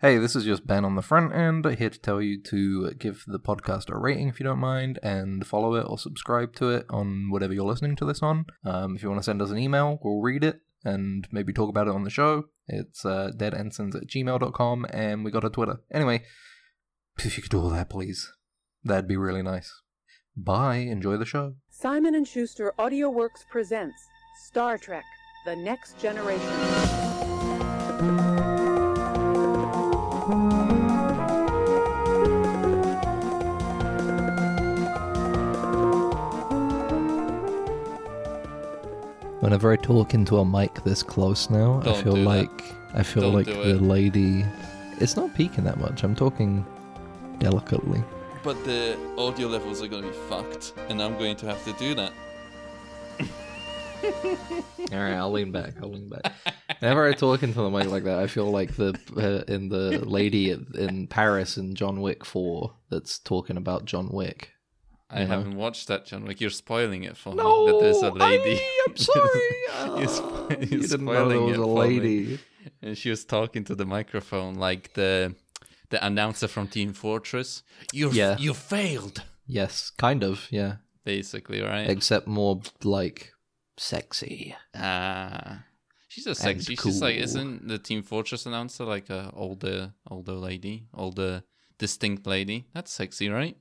Hey, this is just Ben on the front end, here to tell you to give the podcast a rating if you don't mind, and follow it or subscribe to it on whatever you're listening to this on. Um, if you want to send us an email, we'll read it and maybe talk about it on the show. It's uh, deadensigns at gmail.com, and we got a Twitter. Anyway, if you could do all that, please, that'd be really nice. Bye, enjoy the show. Simon and Schuster AudioWorks presents Star Trek: The Next Generation. Whenever I talk into a mic this close now, I Don't feel do that. like I feel Don't like do the it. lady. It's not peaking that much. I'm talking delicately. But the audio levels are going to be fucked, and I'm going to have to do that. All right, I'll lean back. I'll lean back. Whenever I talk into the mic like that, I feel like the uh, in the lady in Paris in John Wick Four that's talking about John Wick. I Yeah. haven't watched that, John. Like you're spoiling it for me. That there's a lady. I'm sorry. You're spo- Ah, you're you didn't know there spoiling was it a for me. lady. and she was talking to the microphone like the the announcer from Team Fortress. You Yeah. yeah. you failed, Yes, kind of. Yeah, basically, right? except more like sexy. Ah. She's so sexy. She's like, cool. isn't the Team Fortress announcer like a older, older lady, older, distinct lady? That's sexy, right?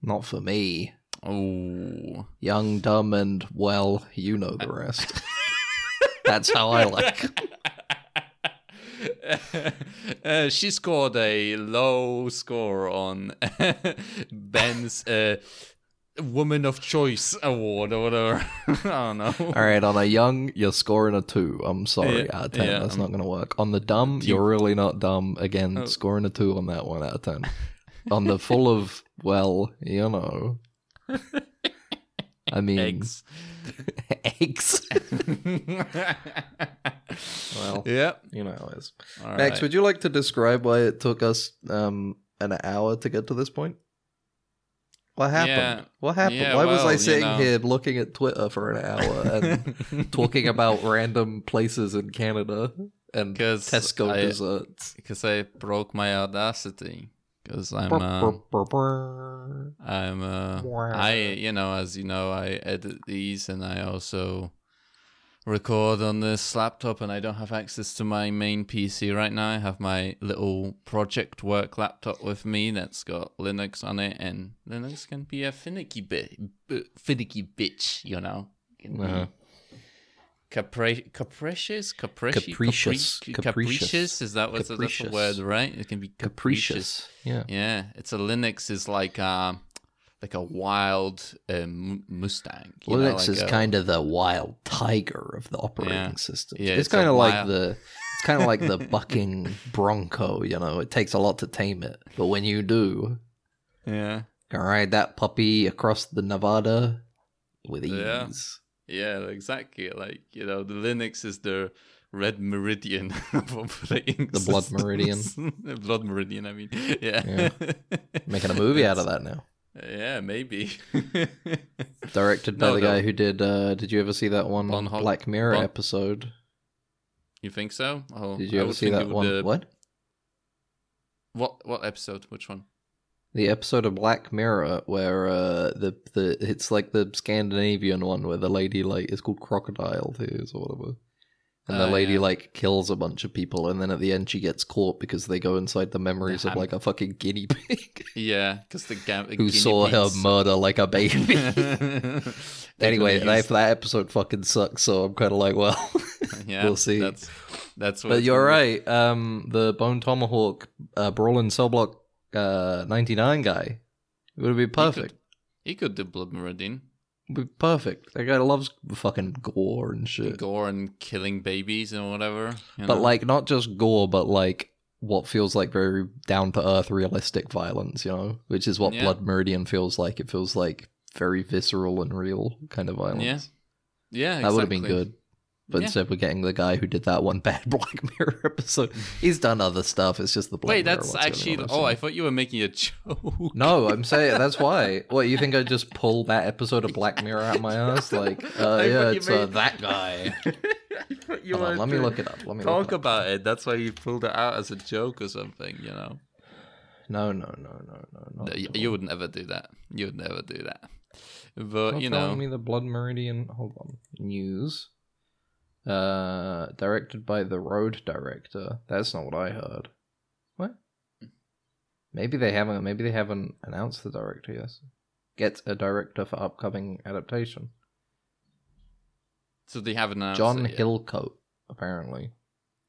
Not for me. Oh, Young, dumb, and well, you know the rest. That's how I like. Uh, she scored a low score on Ben's uh, Woman of Choice Award or whatever. I don't know. All right, on a young, you're scoring a two. I'm sorry, Yeah, out of ten. yeah, That's um, not going to work. On the dumb, do you- you're really not dumb. Again, Oh. scoring a two on that one out of ten. on the full of, well, you know. I mean, Eggs. eggs. Well, Yep. you know how it is. All Max, right. would you like to describe why it took us um, an hour to get to this point? What happened? Yeah. What happened? Yeah, why was well, I you sitting know. here looking at Twitter for an hour and talking about random places in Canada and 'Cause Tesco I- desserts. because I broke my audacity. Because I'm uh, Brr, brr, brr, I'm uh, Wow. I you know as you know I edit these and I also record on this laptop and I don't have access to my main PC right now. I have my little project work laptop with me that's got Linux on it and Linux can be a finicky bit finicky bitch, you know. Can be Uh-huh. Capri- capricious, capricious, Capricious. capri- Capricious. capricious. Is that what's that's the Capricious. word, right? It can be capricious. Capricious. Yeah. Yeah, it's a Linux is like a like a wild um, Mustang. you know, Linux like is a- kind of the wild tiger of the operating Yeah. system. Yeah, it's, it's a kind of like wild- the it's kind of like the bucking bronco. You know, it takes a lot to tame it, but when you do, yeah you can ride that puppy across the Nevada with ease. Yeah. yeah exactly like you know the Linux is the red meridian of operating The blood systems. meridian. the blood meridian I mean yeah, Yeah. Making a movie out of that now, yeah maybe directed by No, the no. guy who did. Uh, did you ever see that one Von Ho- Black Mirror Von- episode? you think so oh Did you I ever would see think it that one? would, uh, What? what what episode which one The episode of Black Mirror where uh, the the it's like the Scandinavian one where the lady like it's called Crocodile Tears or whatever, and the Oh, lady yeah. like kills a bunch of people and then at the end she gets caught because they go inside the memories of ham- like a fucking guinea pig yeah because the gam- who saw her murder like a baby. murder anyway, that, that episode fucking sucks. So I'm kind of like, well, yeah, We'll see. That's that's what. but it's you're gonna right. Um, the Bone Tomahawk uh, Brawlin' Cell Block uh, 99 guy would be be. He could- perfect. He could do Blood Meridian, be perfect. That guy loves fucking gore and shit. gore and killing babies and whatever. you But know? like not just gore, but like what feels like very down to earth realistic violence, you know? Which is what Yeah. Blood Meridian feels like. It feels like very visceral and real kind of violence. yeah, yeah, That would have been exactly. good. But Yeah. instead we're getting the guy who did that one bad Black Mirror episode. He's done other stuff. It's just the Blood Wait, Mirror that's one's the only actually. one I've Oh, I seen. thought you were making a joke. No, I'm saying that's why. What you think I just pull that episode of Black Mirror out my ass? Like, uh, I yeah, thought you it's uh, made- that guy. you Hold on, wanted let me to look it up. Let me Talk look it up. about it. That's why you pulled it out as a joke or something. You know, No, no, no, no, no, no. No, you, you would never do that. You would never do that. But Stop you telling know, me the Blood Meridian. Hold on. News. Uh, directed by the Road director. That's not what I heard. What? Maybe they haven't. Maybe they haven't announced the director yet. Get a director for upcoming adaptation. so they have announced John it yet. Hillcoat, apparently.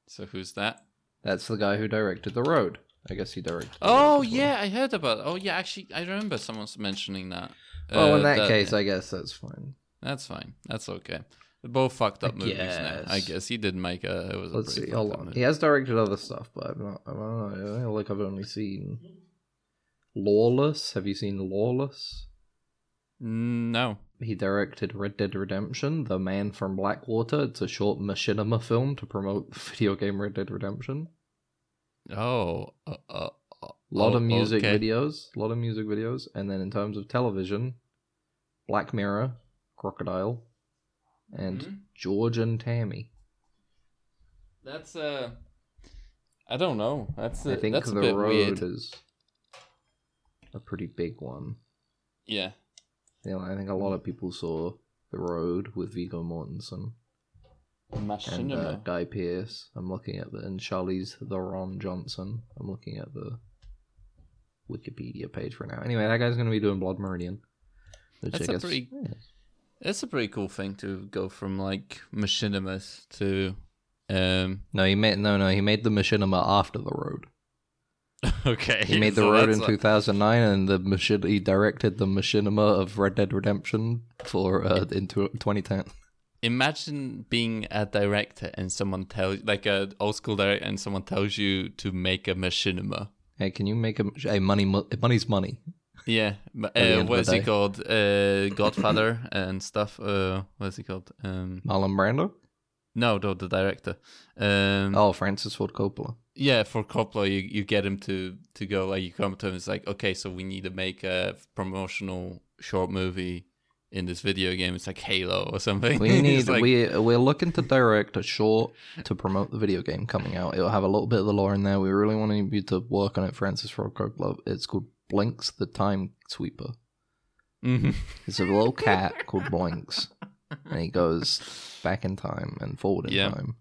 So who's that? That's the guy who directed the Road. I guess he directed. The Oh Road as well. yeah, I heard about. Oh yeah, actually, I remember someone mentioning that. Well, in Uh, that, case, I guess that's fine. that's fine. That's okay. They're both fucked up I movies now. I guess. guess he did make a. It was Let's a see. pretty Hold fucked up on. movie. He has directed other stuff, but I'm not, I don't know. I feel like I've only seen Lawless. Have you seen Lawless? No. He directed Red Dead Redemption, The Man from Blackwater. It's a short machinima film to promote the video game Red Dead Redemption. Oh. Uh, uh, uh, lot of oh, music okay. videos. A lot of music videos. And then in terms of television, Black Mirror, Crocodile, and Mhm. George and Tammy. That's uh. I don't know. That's I a, think that's a The bit Road weird. is a pretty big one. Yeah. You know, I think a lot of people saw The Road with Vigo Mortensen and uh, Machinima. Guy Pearce. I'm looking at the and Charlie's The Ron Johnson. I'm looking at the Wikipedia page for now. Anyway, that guy's going to be doing Blood Meridian. Which That's I a guess, pretty- yeah. It's a pretty cool thing to go from like machinimas to um No, he made no, no. He made the Machinima after The Road. okay. He made The so Road that's in a- 2009, and the machin- he directed the Machinima of Red Dead Redemption for uh, in tw 2010. Imagine being a director and someone tells like a old school director and someone tells you to make a machinima. Hey, can you make a hey money? mo- Money's money. Yeah. m- the Uh, end what of is the he day. called? Uh Godfather and stuff. Uh what is he called? Um Marlon Brando. no, no, the director. Um Oh, Francis Ford Coppola. yeah, for Coppola, you, you get him to to go like you come to him. It's like okay, so we need to make a promotional short movie in this video game. It's like Halo or something. We It's need like, we we're looking to direct a short to promote the video game coming out. It'll have a little bit of the lore in there. We really want you to work on it, Francis Ford Coppola. It's called Blinks the Time Sweeper. Mhm. It's a little cat called Blinks, and he goes back in time and forward in Yeah. time.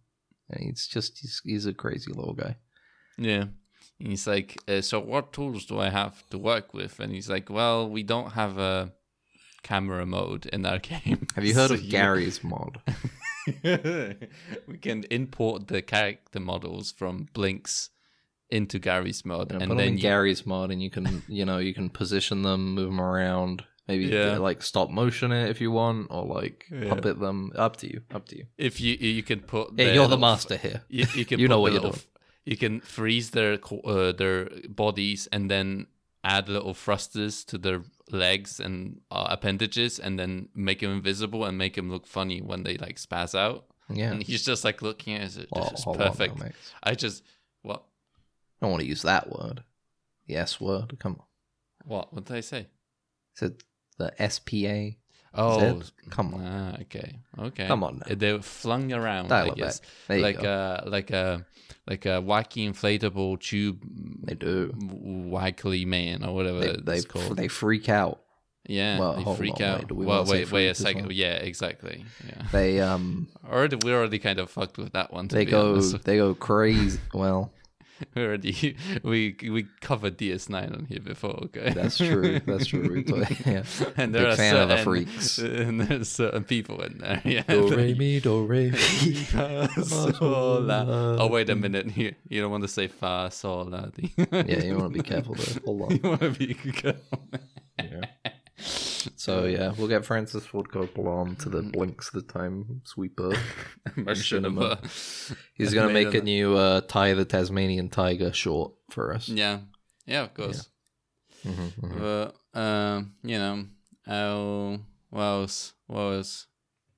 And he's just he's, he's a crazy little guy. yeah. And he's like, uh, so what tools do I have to work with? And he's like, well, we don't have a camera mode in our game. Have you heard So of Gary's mod? we can import the character models from Blinks into Gary's mode, And, and, put them then in you Gary's mod, and you can you know you can position them, move them around. Maybe Yeah. like stop motion it if you want, or like Yeah. puppet them. Up to you. Up to you. if you you can put Yeah, their you're the little master here. you, you can You put know the what you're little doing. f- You can freeze their co- uh, their bodies and then add little thrusters to their legs and uh, appendages, and then make them invisible and make them look funny when they like spaz out. Yeah. And he's just like looking at it. Oh, This is hold on now, perfect. mate. I just what I don't want to use that word. The S word. Come on. what what did I say? Is it the SPA? Oh, Come on. ah, okay, okay. Come on now. They were flung around. I Dial it back. guess. There you like go. a like a like a wacky inflatable tube they do. w- waggly man or whatever They, it's they, called. they freak out. yeah, well, they hold freak on, out. wait, do we well, wanna say wait, wait a freak as second. well? Yeah, exactly. Yeah, They um already we're already kind of fucked with that one. To they be go honest. they go crazy. well, we already we we covered DS Nine on here before. Okay, that's true. That's true. We talk- yeah. and there Big are fan of certain, the freaks. and there's certain people in there. Yeah. Do re mi do re. Fa, sol, la. Oh wait a minute! You, you don't want to say fa sol la. di. Yeah, you want to be careful there. Hold on. you want to be careful. So yeah, we'll get Francis Ford Coppola on to Mm. the Blinks the Time Sweeper. Machinima. Machinima. He's gonna Made make of a new uh, tie the Tasmanian Tiger short for us. Yeah, yeah, of course. Mhm, mhm. But um, you know, oh, what else? What else?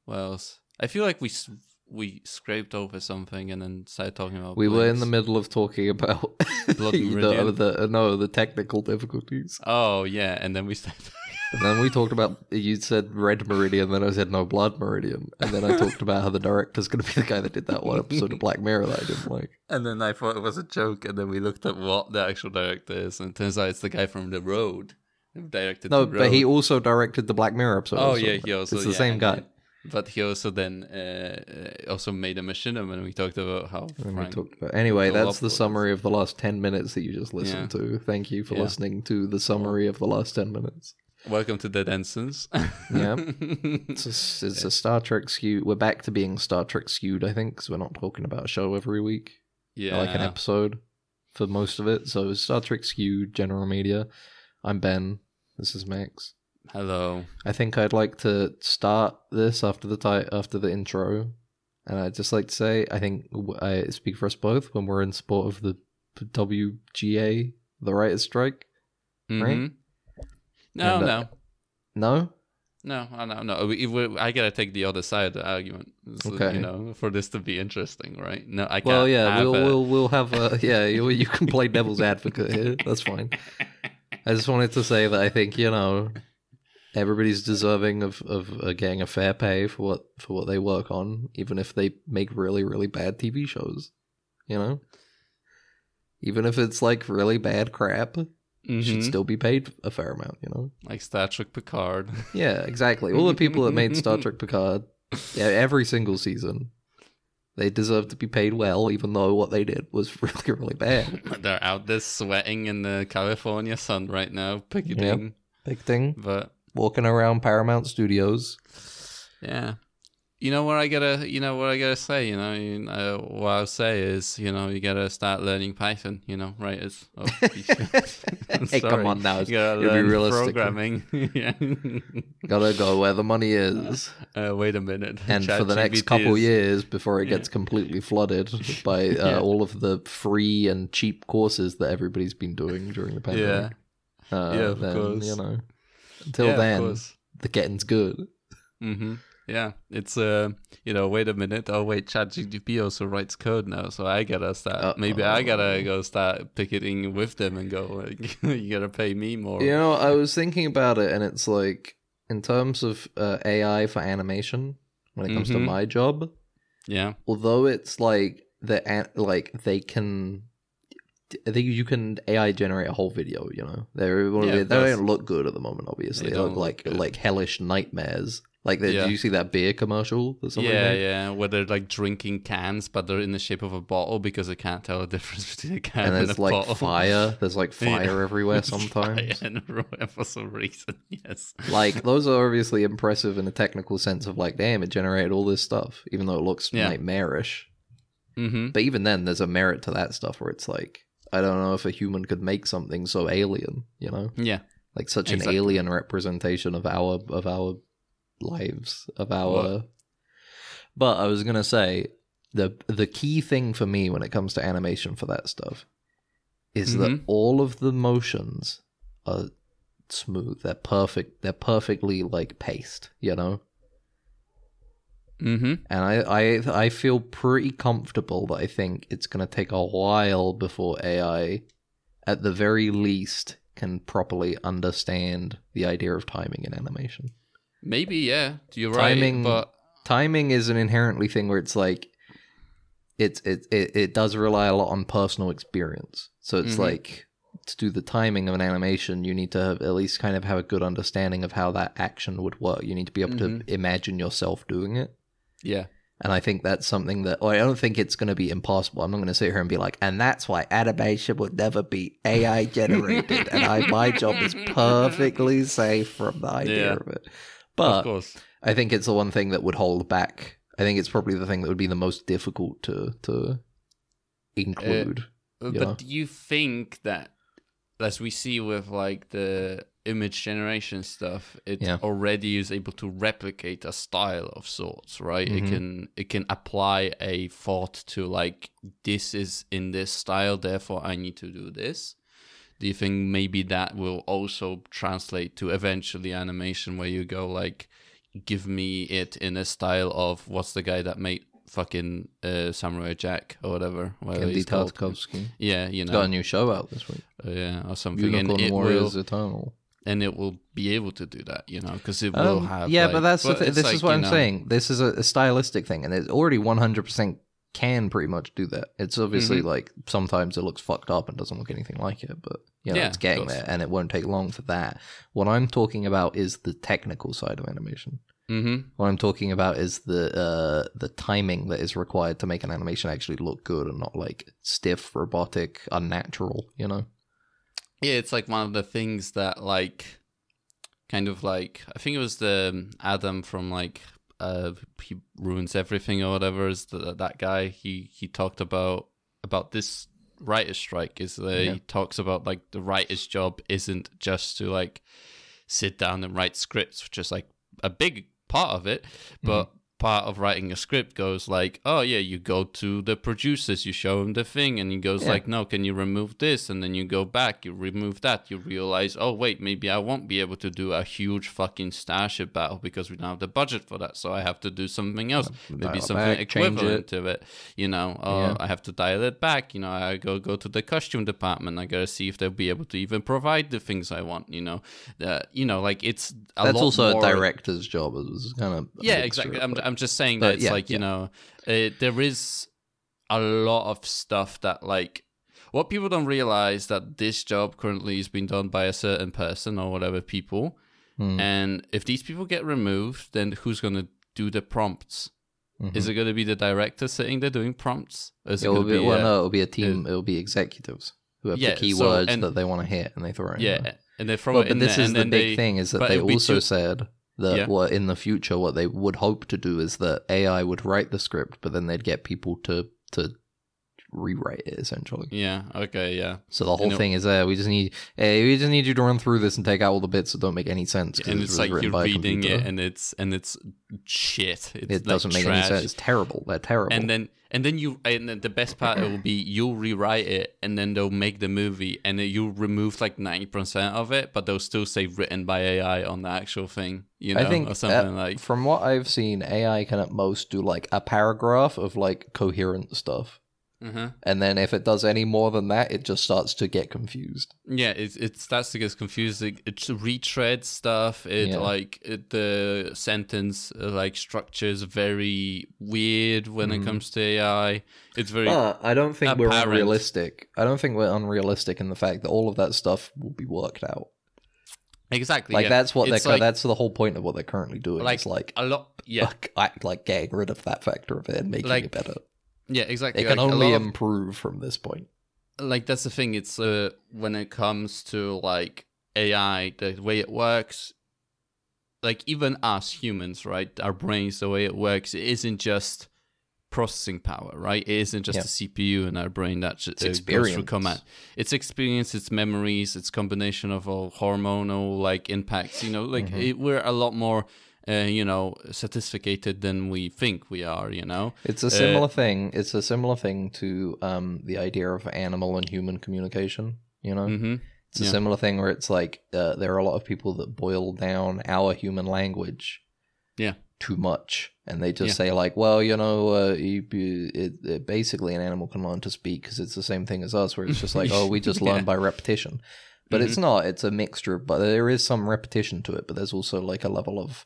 What else? I feel like we s- we scraped over something and then started talking about. We were in the blinks. middle of talking about Bloody the, Meridian. the no the technical difficulties. Oh yeah, and then we started. And then we talked about you said red meridian, then I said no blood meridian, and then I talked about how the director's going to be the guy that did that one episode of Black Mirror that I didn't like. And then I thought it was a joke, and then we looked at what the actual director is, and it turns out it's the guy from The Road who directed No, The Road. but he also directed the Black Mirror episode. Oh also. yeah, he also it's the yeah, same and guy. then- But he also then uh, uh, also made a mission, and we talked about how And we Frank- talked about. Anyway, Go that's off the with it. summary of the last 10 minutes that you just listened to. Thank you for Yeah. listening to the summary of the last 10 minutes. Welcome to Dead Ensigns. Yeah. It's a, s- it's a Star Trek skewed. We're back to being Star Trek skewed, I think, because we're not talking about a show every week, yeah. like an episode for most of it. So Star Trek skewed, general media. I'm Ben. This is Max. Hello. I think I'd like to start this after the ti- after the intro, and I'd just like to say I think w- I speak for us both when we're in support of the p- WGA, the writers' strike. Mhm. No, And, uh, no, No, no, I no, no. We, we, I gotta take the other side of the argument. So, Okay. You know, for this to be interesting, right? No, I can't. well, yeah, have we'll a- we'll we'll have a yeah. You, you can play devil's advocate here. That's fine. I just wanted to say that I think you know everybody's deserving of of uh, getting a fair pay for what for what they work on, even if they make really really bad TV shows. You know, even if it's like really bad crap, you should Mhm. still be paid a fair amount. You know. like Star Trek Picard. Yeah, exactly. All the people that made Star Trek Picard, yeah, every single season, they deserve to be paid well, even though what they did was really, really bad. They're out there sweating in the California sun right now, picketing. Yep. Big thing. But Walking around Paramount Studios. yeah, you know what I gotta, you know what I gotta say. You know, you know what I'll say is, you know, you gotta start learning Python. You know, right? It's, oh, I'm Hey, come sorry. on now, You gotta it'll be learn realistic. programming. yeah. Gotta go where the money is. Uh, wait a minute. And for the next ChatGPT couple is- years, before it gets completely flooded by uh, Yeah. all of the free and cheap courses that everybody's been doing during the yeah, pandemic. Uh, Yeah, of then, course. You know, until yeah, of then, course. the getting's good. Mm-hmm. Yeah, it's uh, you know, wait a minute. Oh wait, ChatGPT also writes code now, so I gotta start. Maybe I gotta Uh-oh. go start picketing with them and go. Like, you gotta pay me more. You know, I was thinking about it, and it's like in terms of uh, AI for animation, when it comes to Mhm. my job, Yeah. although it's like the an- like they can, I think you can AI generate a whole video. You know, they're Yeah, they of course. don't look good at the moment. Obviously, They they, look don't look like good. like hellish nightmares. Like, the, Yeah. did you see that beer commercial? That somebody yeah, made? yeah. Where they're like drinking cans, but they're in the shape of a bottle because they can't tell the difference between a can And and, there's a like bottle. fire. There's like Yeah. fire everywhere Fire sometimes. everywhere for some reason, yes. like those are obviously impressive in a technical sense of like damn it generated all this stuff even though it looks Yeah. nightmarish hmm but even then there's a merit to that stuff where it's like i don't know if a human could make something so alien you know Yeah. like such an Exactly. alien representation of our of our lives of our but i was gonna say the the key thing for me when it comes to animation for that stuff is that Mhm. all of the motions are smooth they're perfect they're perfectly like paced you know Mm-hmm. and I, I I feel pretty comfortable that I think it's gonna take a while before AI, at the very least, can properly understand the idea of timing in animation. Maybe, yeah. You're Timing- right. But Timing is an inherently thing where it's like, it's it it, it does rely a lot on personal experience. So it's Mhm. like to do the timing of an animation, you need to have, at least kind of have a good understanding of how that action would work. You need to be able Mhm. to imagine yourself doing it. yeah. And I think that's something that, or I don't think it's going to be impossible. I'm not going to sit here and be like, and that's why animation would never be AI generated. and I, my job is perfectly safe from the idea Yeah. of it. of But course. I think it's the one thing that would hold back. I think it's probably the thing that would be the most difficult to to include. Uh, you know? But do you think that, as we see with like the image generation stuff, it Yeah. already is able to replicate a style of sorts, right? Mhm. It can it can apply a thought to like this is in this style, therefore I need to do this. Do you think maybe that will also translate to eventually animation where you go like, give me it in a style of what's the guy that made fucking uh, Samurai Jack or whatever, whatever Andy he's called. Tartakovsky. Yeah, you He's got know, a new show out this week. yeah, or something. Unicorn and it Warriors will, Eternal. and it will be able to do that, you know, because it will Um, have. yeah, but like- that's the thi- it's this like, is what you I'm know, saying. This is a, a stylistic thing, and it already 100 percent can pretty much do that. It's obviously Mm-hmm. like sometimes it looks fucked up and doesn't look anything like it, but you know, Yeah, it's of getting course. there, and it won't take long for that. What I'm talking about is the technical side of animation. Mhm. What I'm talking about is the uh, the timing that is required to make an animation actually look good and not like stiff, robotic, unnatural. You know? Yeah, it's like one of the things that like, kind of like I think it was the um, Adam from like uh he ruins everything or whatever is the, that guy he he talked about about this writer's strike is that Yeah. he talks about like the writer's job isn't just to like sit down and write scripts which is like a big part of it but Mm-hmm. part of writing a script goes like oh yeah you go to the producers you show them the thing and he goes Yeah. like no can you remove this and then you go back you remove that you realize oh wait maybe i won't be able to do a huge fucking starship battle because we don't have the budget for that so i have to do something else dial maybe it something back, change equivalent it. to it you know or Yeah. i have to dial it back you know i go go to the costume department i gotta see if they'll be able to even provide the things i want you know uh, you know like it's a That's lot also a more- director's job. It was kind of yeah exactly I'm, I'm just saying but that it's yeah, like you yeah. know uh there is a lot of stuff that like what people don't realize that this job currently is being done by a certain person or whatever people Mm. and if these people get removed then who's going to do the prompts is it going to be the director sitting there doing prompts Or is Mm-hmm. It will gonna be, well, a- no, it'll be a team. It'll be executives who have Yeah, the key so- words and- that they want to hit, and they throw it. in yeah there. and they throw Well, it but in this there, is and the then big they, thing is that but they it'll be also too- said that Yeah. what in the future what they would hope to do is that AI would write the script, but then they'd get people to to rewrite it essentially. yeah okay yeah So the whole it- thing is there. We just need hey, we just need you to run through this and take out all the bits that don't make any sense. 'cause and it it's was like written you're by a reading it computer. and it's and it's shit it's it like doesn't make trash. any sense. It's terrible. They're terrible. and then and then you and then the best part it will be you'll rewrite it and then they'll make the movie and then you remove like 90% of it but they'll still say written by ai on the actual thing you know I think or uh, something like from what I've seen, AI can at most do like a paragraph of like coherent stuff, uh-huh. and then if it does any more than that, it just starts to get confused. yeah it, it starts to get confusing it retreads stuff it Yeah. like it, the sentence uh, like structure is very weird when Mhm. it comes to ai it's very But Uh, I don't think we're Apparent. unrealistic. I don't think we're unrealistic in the fact that all of that stuff will be worked out. exactly Like yeah. that's what It's they're. like- that's the whole point of what they're currently doing. Like, like it's like a lot yeah fuck, act like getting rid of that factor of it and making Like, it better. yeah exactly It can like, a only lot of- improve from this point. like that's the thing it's uh, when it comes to like ai the way it works like even us humans right our brains the way it works it isn't just processing power right it isn't just Yeah. the cpu in our brain that's It's uh, goes through experience. command it's experience it's memories it's combination of all hormonal like impacts you know like Mhm. it, we're a lot more uh, you know sophisticated than we think we are you know It's a similar thing. It's a similar thing to um, the idea of animal and human communication. You know, hmm it's a yeah. similar thing where it's like uh, there are a lot of people that boil down our human language, Yeah. too much, and they just Yeah. say like, well, you know, uh, you, you, it, it, basically an animal can learn to speak because it's the same thing as us, where it's just like, oh, we just learn Yeah. Mm-hmm. by repetition. But it's not. It's a mixture, of- but there is some repetition to it. But there's also like a level of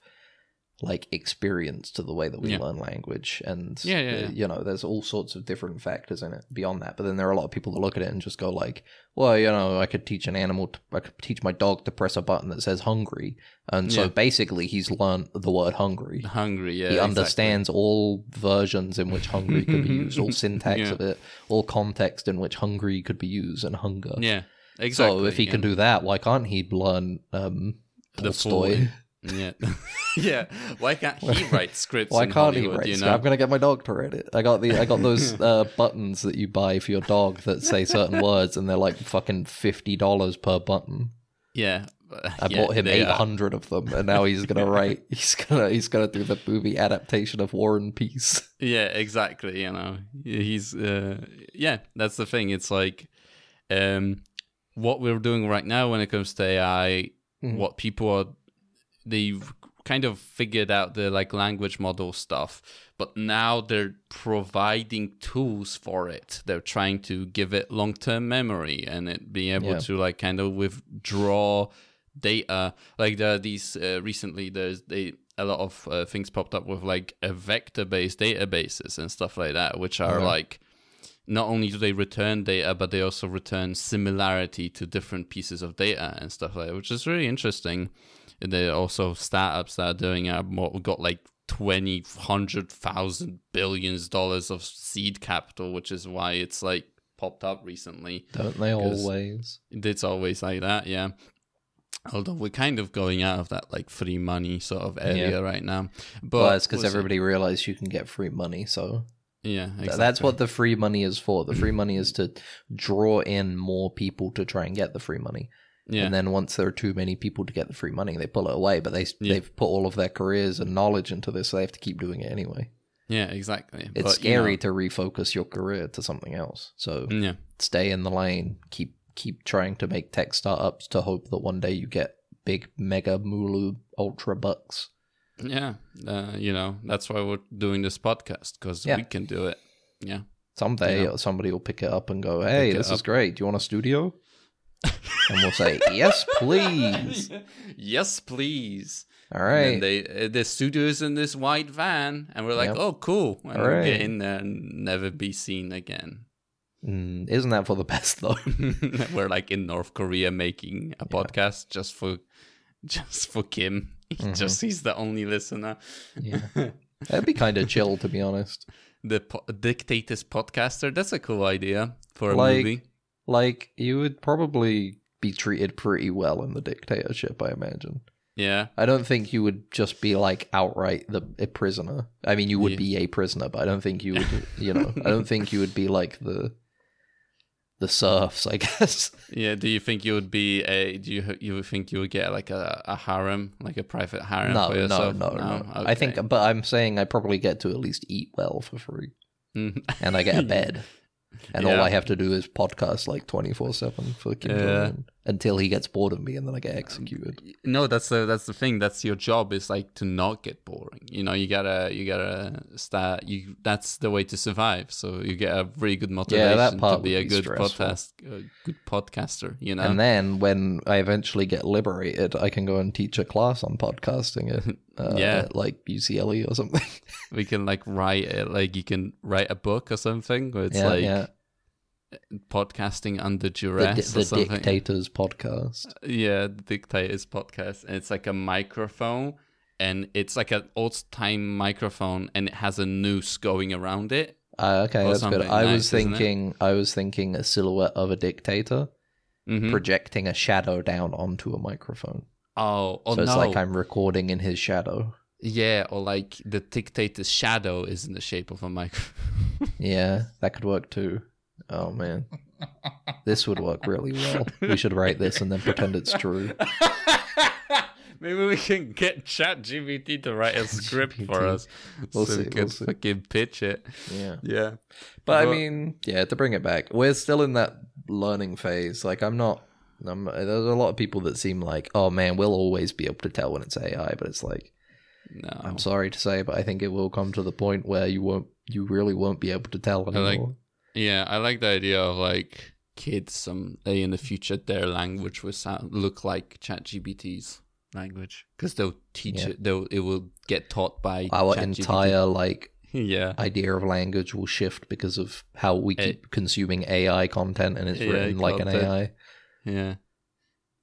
like experience to the way that we Yeah. learn language and Yeah, yeah, uh, yeah. you know there's all sorts of different factors in it beyond that but then there are a lot of people that look at it and just go like well you know i could teach an animal to, i could teach my dog to press a button that says hungry and so Yeah. basically he's learned the word hungry hungry yeah he exactly. understands all versions in which hungry could be used all syntax Yeah. of it all context in which hungry could be used and hunger yeah exactly so if he yeah. can do that why can't he learn um The full- Tolstoy? Yeah. yeah. Why can't he write scripts? Why in can't he Hollywood, write? You script? know? I'm gonna get my dog to write it. I got the I got those uh, buttons that you buy for your dog that say certain words, and they're like fucking fifty dollars per button. Yeah. uh, I bought him eight hundred of them, and now he's gonna write. He's gonna he's gonna do the movie adaptation of War and Peace. Yeah, exactly. You know, he's uh, yeah. That's the thing. It's like um, what we're doing right now when it comes to AI. Mhm. What people are they've kind of figured out the like language model stuff, but now they're providing tools for it. They're trying to give it long term memory and it being able Yeah. to like kind of withdraw data. Like there are these uh, recently, there's they a lot of uh, things popped up with like a vector-based databases and stuff like that, which are Okay. like not only do they return data, but they also return similarity to different pieces of data and stuff like that, which is really interesting. And there are also startups that are doing it. More, got like twenty hundred thousand billions dollars of seed capital, which is why it's like popped up recently. Don't they 'Cause- always? It's always like that, yeah. Although we're kind of going out of that like free money sort of area Yeah. right now, but Well, it's because we'll see. everybody realized you can get free money, so yeah, th- exactly. that's what the free money is for. The free money is to draw in more people to try and get the free money. yeah, And then once there are too many people to get the free money, they pull it away. But they Yeah. they've put all of their careers and knowledge into this, so they have to keep doing it anyway. yeah, exactly. It's But, you scary know, to refocus your career to something else. So yeah, stay in the lane. Keep keep trying to make tech startups to hope that one day you get big mega mulu ultra bucks. yeah. Uh, you know, that's why we're doing this podcast because Yeah. we can do it. Yeah. Someday Yeah. or somebody will pick it up and go, "Hey, Pick it this is up. great. Do you want a studio?" and we'll say, "Yes, please." yes, please. All And right. then they uh, the studio's in this white van, and we're like, Yep. oh, cool. And All we right. get in there and never be seen again. Mm, isn't that for the best though? we're like in North Korea making a Yeah. podcast just for just for Kim. He Mhm. Just he's the only listener. yeah. That'd be kind of chill, to be honest. the po- dictators podcaster. That's a cool idea for a Like- movie. Like, you would probably be treated pretty well in the dictatorship, I imagine. Yeah, I don't think you would just be like outright the a prisoner. I mean, you would Yeah. be a prisoner, but I don't think you would. You know, I don't think you would be like the the serfs. I guess. yeah. Do you think you would be a? Do you you would think you would get like a, a harem, like a private harem No, for no, no, yourself? no, I think, okay. but I'm saying I probably get to at least eat well for free, Mm. and I get a bed, and all Yeah. I have to do is podcast like twenty four seven for Kim Yeah. Jong Un until he gets bored of me, and then I get executed. no, that's the that's the thing. That's your job is like to not get boring. You know, you gotta you gotta start. You that's the way to survive. So you get a really good motivation part to be would a be good stressful. podcast, a good podcaster. You know, And then when I eventually get liberated, I can go and teach a class on podcasting at uh, Yeah. at, like UCLE E or something. we can like write it like you can write a book or something where it's yeah, like yeah. podcasting under The, di- duress or the something. dictators podcast. Yeah, the dictators podcast, and it's like a microphone, and it's like an old time microphone, and it has a noose going around it. Uh, okay, Or that's good. something I was nice, isn't it? thinking, I was thinking a silhouette of a dictator Mhm. projecting a shadow down onto a microphone. oh, oh so no! it's like I'm recording in his shadow. Yeah, or like the dictator's shadow is in the shape of a microphone. Yeah, that could work too. Oh man, this would work really well. We should write this and then pretend it's true. Maybe we can get ChatGPT to write a script for ChatGPT. us, We'll so see, we we'll can see. fucking pitch it. Yeah. Yeah, But I But- mean, yeah, to bring it back, we're still in that learning phase. Like, I'm not. I'm, there's a lot of people that seem like, oh man, we'll always be able to tell when it's AI. But it's like, no, I'm sorry to say, but I think it will come to the point where you won't, you really won't be able to tell I anymore. like- Yeah, I like the idea of like kids someday in the future their language will sound look like ChatGPT's language because they'll teach Yeah. it. They'll it will get taught by Our ChatGPT. entire like yeah. idea of language will shift because of how we Eh. keep consuming AI content, and it's AI written like an content. AI. Yeah.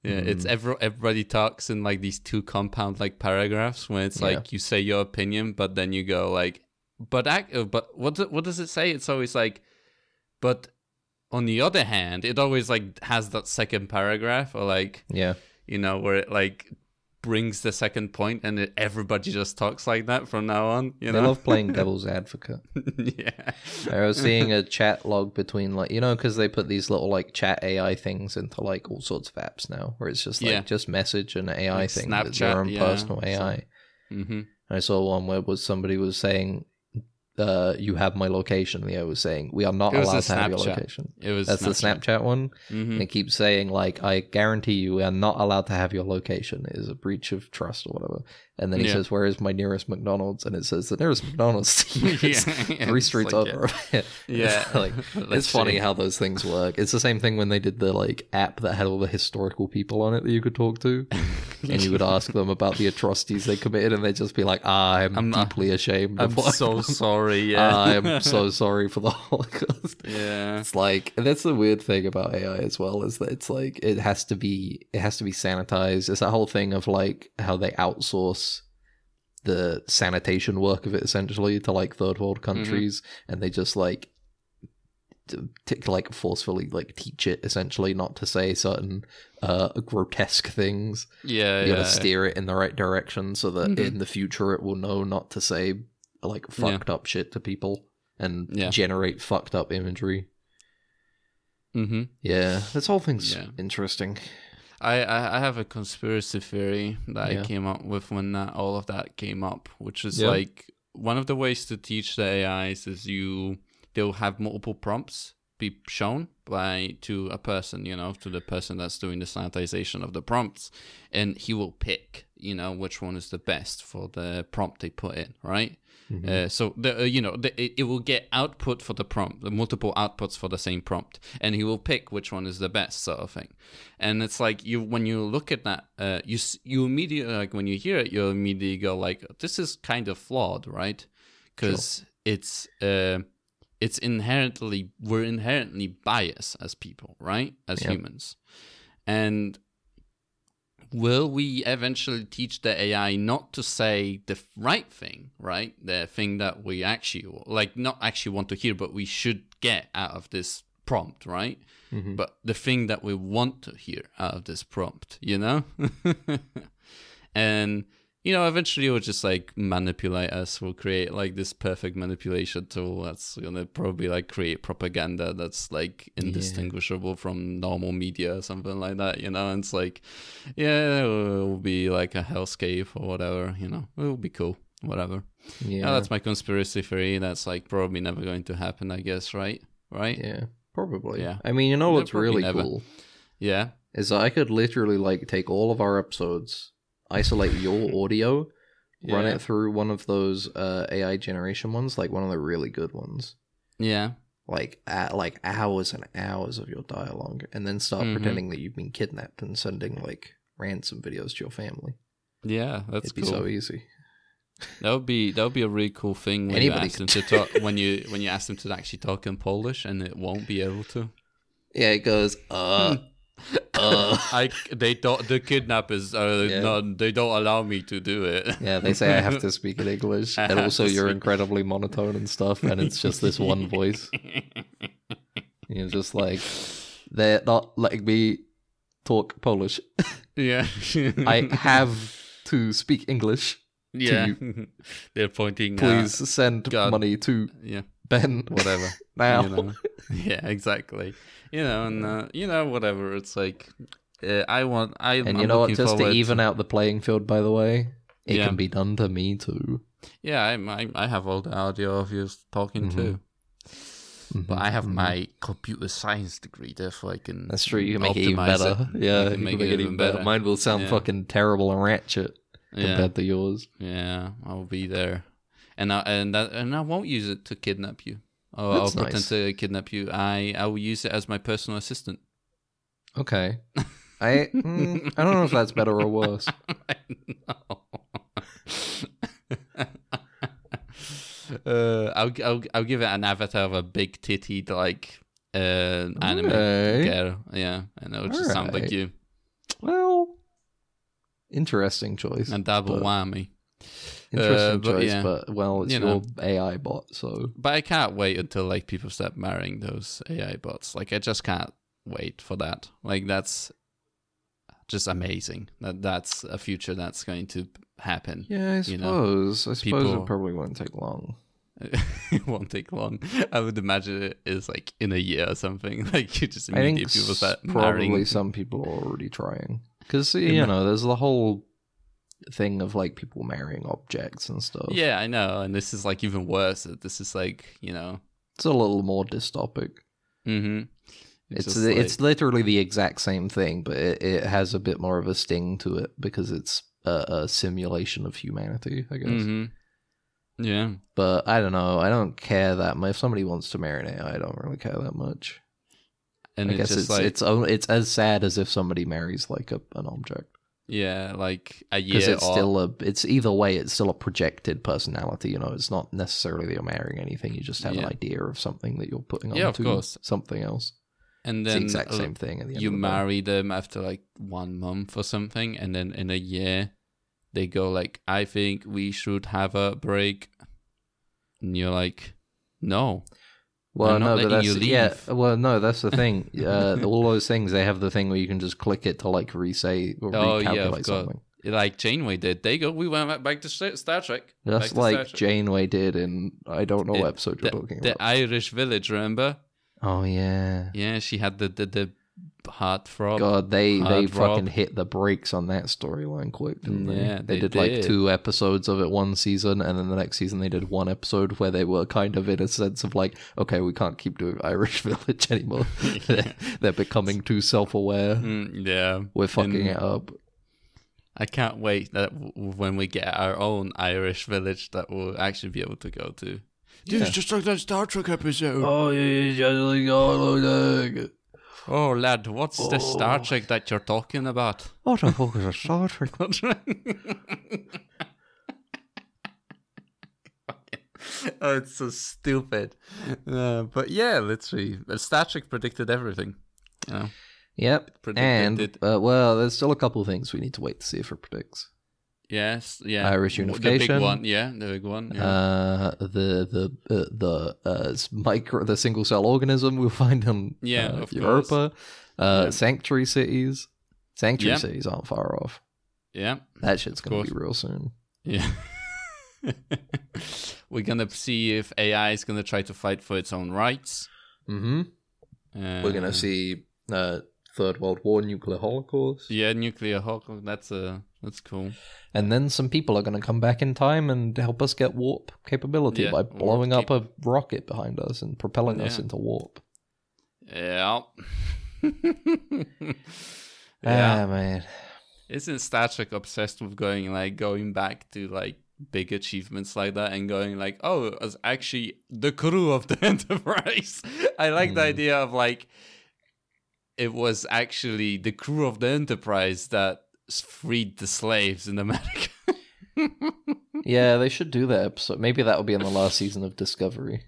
Yeah, it's Mm. every, everybody talks in like these two compound like paragraphs when it's Yeah. like you say your opinion, but then you go like, but ac- uh, but what do- what does it say? It's always like, but on the other hand, it always like has that second paragraph or like Yeah, you know where it like brings the second point and it, everybody just talks like that from now on. You they know, love playing devil's advocate. yeah, I was seeing a chat log between like you know because they put these little like chat AI things into like all sorts of apps now where it's just like Yeah. just message and AI Like thing that's your Snapchat, own yeah, personal so- AI. hmm I saw one where was somebody was saying uh, you have my location. Leo was saying we are not It was allowed a to have your Snapchat. location. It was That's the Snapchat one, Mhm. and it keeps saying like, "I guarantee you, we are not allowed to have your location. It is a breach of trust or whatever." And then he Yeah. says, "Where is my nearest McDonald's?" And it says, "The nearest McDonald's to you is yeah, yeah, three it's streets like, over." Yeah, like it's funny Literally. how those things work. It's the same thing when they did the like app that had all the historical people on it that you could talk to, and you would ask them about the atrocities they committed, and they'd just be like, "I'm, I'm not- deeply ashamed." I'm of what so I've done. sorry. Yeah, I'm so sorry for the Holocaust." yeah. It's like and that's the weird thing about AI as well is that it's like it has to be it has to be sanitized. It's that whole thing of like how they outsource the sanitation work of it essentially to like third world Mm-hmm. countries, and they just like t- t- like forcefully like teach it essentially not to say certain uh grotesque things. Yeah, You yeah. got to steer it in the right direction so that Mhm. in the future it will know not to say like Yeah. fucked up shit to people and Yeah. generate fucked up imagery. Mm-hmm. Yeah, this whole thing's Yeah. interesting. I, I I have a conspiracy theory that Yeah. I came up with when that all of that came up, which is Yeah. like one of the ways to teach the AIs is you they'll have multiple prompts be shown by to a person, you know, to the person that's doing the sanitization of the prompts, and he will pick, you know, which one is the best for the prompt they put in, right? Uh, so the uh, you know the, it, it will get output for the prompt, the multiple outputs for the same prompt, and he will pick which one is the best sort of thing. And it's like you when you look at that, uh, you s- you immediately like when you hear it, you immediately go like, this is kind of flawed, right? Because it's uh, it's inherently we're inherently biased as people, right? As Yeah. humans, and will we eventually teach the AI not to say the f- right thing, right? The thing that we actually like not actually want to hear, but we should get out of this prompt, right? Mhm. But the thing that we want to hear out of this prompt, you know? and you know, eventually it will just like manipulate us. We'll create like this perfect manipulation tool that's gonna probably like create propaganda that's like indistinguishable from normal media or something like that, you know? And it's like, yeah, it will be like a hellscape or whatever, you know? It'll be cool, whatever. Yeah, Yeah, Oh, that's my conspiracy theory. That's like probably never going to happen, I guess, right? Right? Yeah. yeah, probably. Yeah. I mean, you know They'll what's probably really never- cool is that I could literally like take all of our episodes, isolate your audio, run Yeah. it through one of those uh, AI generation ones, like one of the really good ones, Yeah. like a like hours and hours of your dialogue, and then start Mhm. pretending that you've been kidnapped and sending like ransom videos to your family. Yeah, that's It'd be cool. so easy. That would be that would be a really cool thing when Anybody you ask them to could- talk when you when you ask them to actually talk in Polish and it won't be able to. Yeah, it goes uh uh. I they don't the kidnappers are Yeah. not they don't allow me to do it. Yeah, they say I have to speak in English, I and have also to you're speak- incredibly monotone and stuff, and it's just this one voice. You're just like, they're not letting me talk Polish. yeah. I have to speak English. yeah. They're pointing. at- Please send God. money to yeah. Ben Whatever. now. You know? Yeah. Exactly. You know, and uh, you know, whatever. It's like. Uh, I want. I, And I'm you know what? looking Just to forward even out the playing field, by the way, it Yeah. can be done to me too. Yeah, I, I, I have all the audio of you talking Mhm. too. But Mhm, I have mhm. my computer science degree, therefore I can. That's true. You can make it optimize even better. Yeah, I you can make, it, even better. Mine will sound Yeah. fucking terrible and ratchet Yeah, compared to yours. yeah, I'll be there, and I and that, and I won't use it to kidnap you. Oh, That's I'll nice. pretend to kidnap you. I I will use it as my personal assistant. Okay. I mm, I don't know if that's better or worse. I know. uh, I'll, I'll I'll give it an avatar of a big titty like uh, anime Okay. girl. Yeah, and it'll just sound like Alright. you. Well, interesting choice. And double But- whammy. Interesting Uh, but choice, yeah. but well, it's You your know. AI bot, so But I can't wait until like people start marrying those AI bots. Like I just can't wait for that. Like that's just amazing. That that's a future that's going to happen. yeah, I suppose You I suppose people- it probably won't take long. it won't take long. I would imagine it is like in a year or something. Like you just I think immediately people s- start probably marrying. some people are already trying because Yeah. you know there's the whole thing of like people marrying objects and stuff. Yeah, I know. And this is like even worse. This is like, you know. It's a little more dystopic. Mm-hmm. It's it's, literally the exact same thing, but it, it has a bit more of a sting to it because it's a, a simulation of humanity, I guess. hmm Yeah. But I don't know. I don't care that much. If somebody wants to marry an AI, I don't really care that much. And I guess it's it's just like, it's o- it's as sad as if somebody marries like a, an object yeah, like a year because it's or- still a it's either way it's still a projected personality. You know, it's not necessarily that you're marrying anything. You just have an Yeah. idea of something that you're putting Yeah, of onto course. something else. and It's then the exact a- same thing. At the end you of the day. marry them after like one month or something and then in a year they go like i think we should have a break and you're like no Well, I'm no, not but that's letting you yeah. leave. Well, no, that's the thing. Uh, all those things they have the thing where you can just click it to like re-say or Oh, recalculate yeah, of course. something. like janeway did they go we went back- back to Star Star Trek back That's to Star like Trek." Janeway did in I don't know It- what episode you're the, talking the about. irish village remember oh yeah, yeah she had the the, the heart throb God, they they Hard fucking Rob. hit the brakes on that storyline quick. Didn't Yeah, they? they did, like did. two episodes of it one season, and then the next season they did one episode where they were kind of in a sense of like, okay, we can't keep doing Irish Village anymore. they're, they're becoming too self-aware. Mm, yeah We're fucking And- it up. I can't wait that w- when we get our own Irish village that we'll actually be able to go to. Dude, Yeah. it's just like that Star Trek episode. Oh, you just go Oh, lad, what's the Star Oh. Trek that you're talking about? What the fuck is a Star Trek? oh, it's so stupid. Uh, but yeah, literally, uh, Star Trek predicted everything. You know? Yep. Predicted And it. uh, well, there's still a couple of things we need to wait to see if it predicts. Yes, yeah. Irish W- The unification. big one, yeah, the big one. Yeah. Uh, the the uh, the uh, s- micro the single cell organism we'll find in Yeah, uh, of course. Europa. Uh, Yeah. Sanctuary cities. Sanctuary Yeah. cities aren't far off. yeah. That shit's gonna course. be real soon. Yeah. We're gonna see if AI is gonna try to fight for its own rights. Mm-hmm. Uh, We're gonna see uh, third world war nuclear holocaust. Yeah, nuclear holocaust. That's uh, that's cool. And then some people are going to come back in time and help us get warp capability Yeah, by warp blowing up cap- a rocket behind us and propelling us Yeah. into warp. Yeah. Yeah, Uh, yeah. Ah, man. Isn't Star Trek obsessed with going like going back to like big achievements like that and going like, oh, it was actually the crew of the Enterprise. I like the Mm. idea of like it was actually the crew of the Enterprise that s- freed the slaves in America. yeah, they should do that episode. Maybe that will be in the last season of Discovery.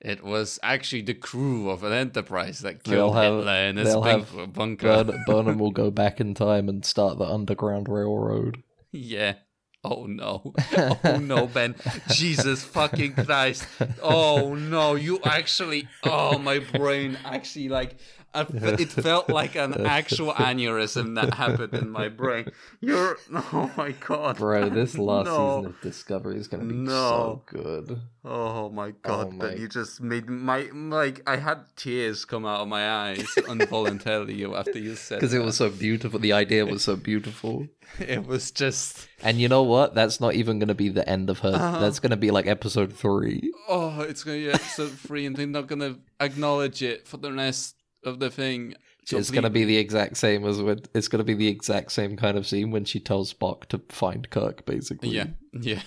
It was actually the crew of an Enterprise that They'll killed have- Hitler in his they'll bunk- have bunker. Burn- Burnham will go back in time and start the Underground Railroad. Yeah. Oh no. Oh no, Ben. Jesus fucking Christ. Oh no, you actually oh my brain actually like I fe- it felt like an actual aneurysm that happened in my brain. You're oh my god. Bro, this last No. season of Discovery is going to be so No. good. Oh my god, my- Ben, you just made my like I had tears come out of my eyes involuntarily after you said Because it was that. so beautiful. The idea was so beautiful. it was just And you know what? That's not even going to be the end of her. Uh-huh. That's going to be like episode three. oh, it's gonna be episode three, and they're not gonna acknowledge it for the rest of the thing. So it's gonna please- be the exact same as when it's gonna be the exact same kind of scene when she tells Spock to find Kirk. Basically, yeah, yeah.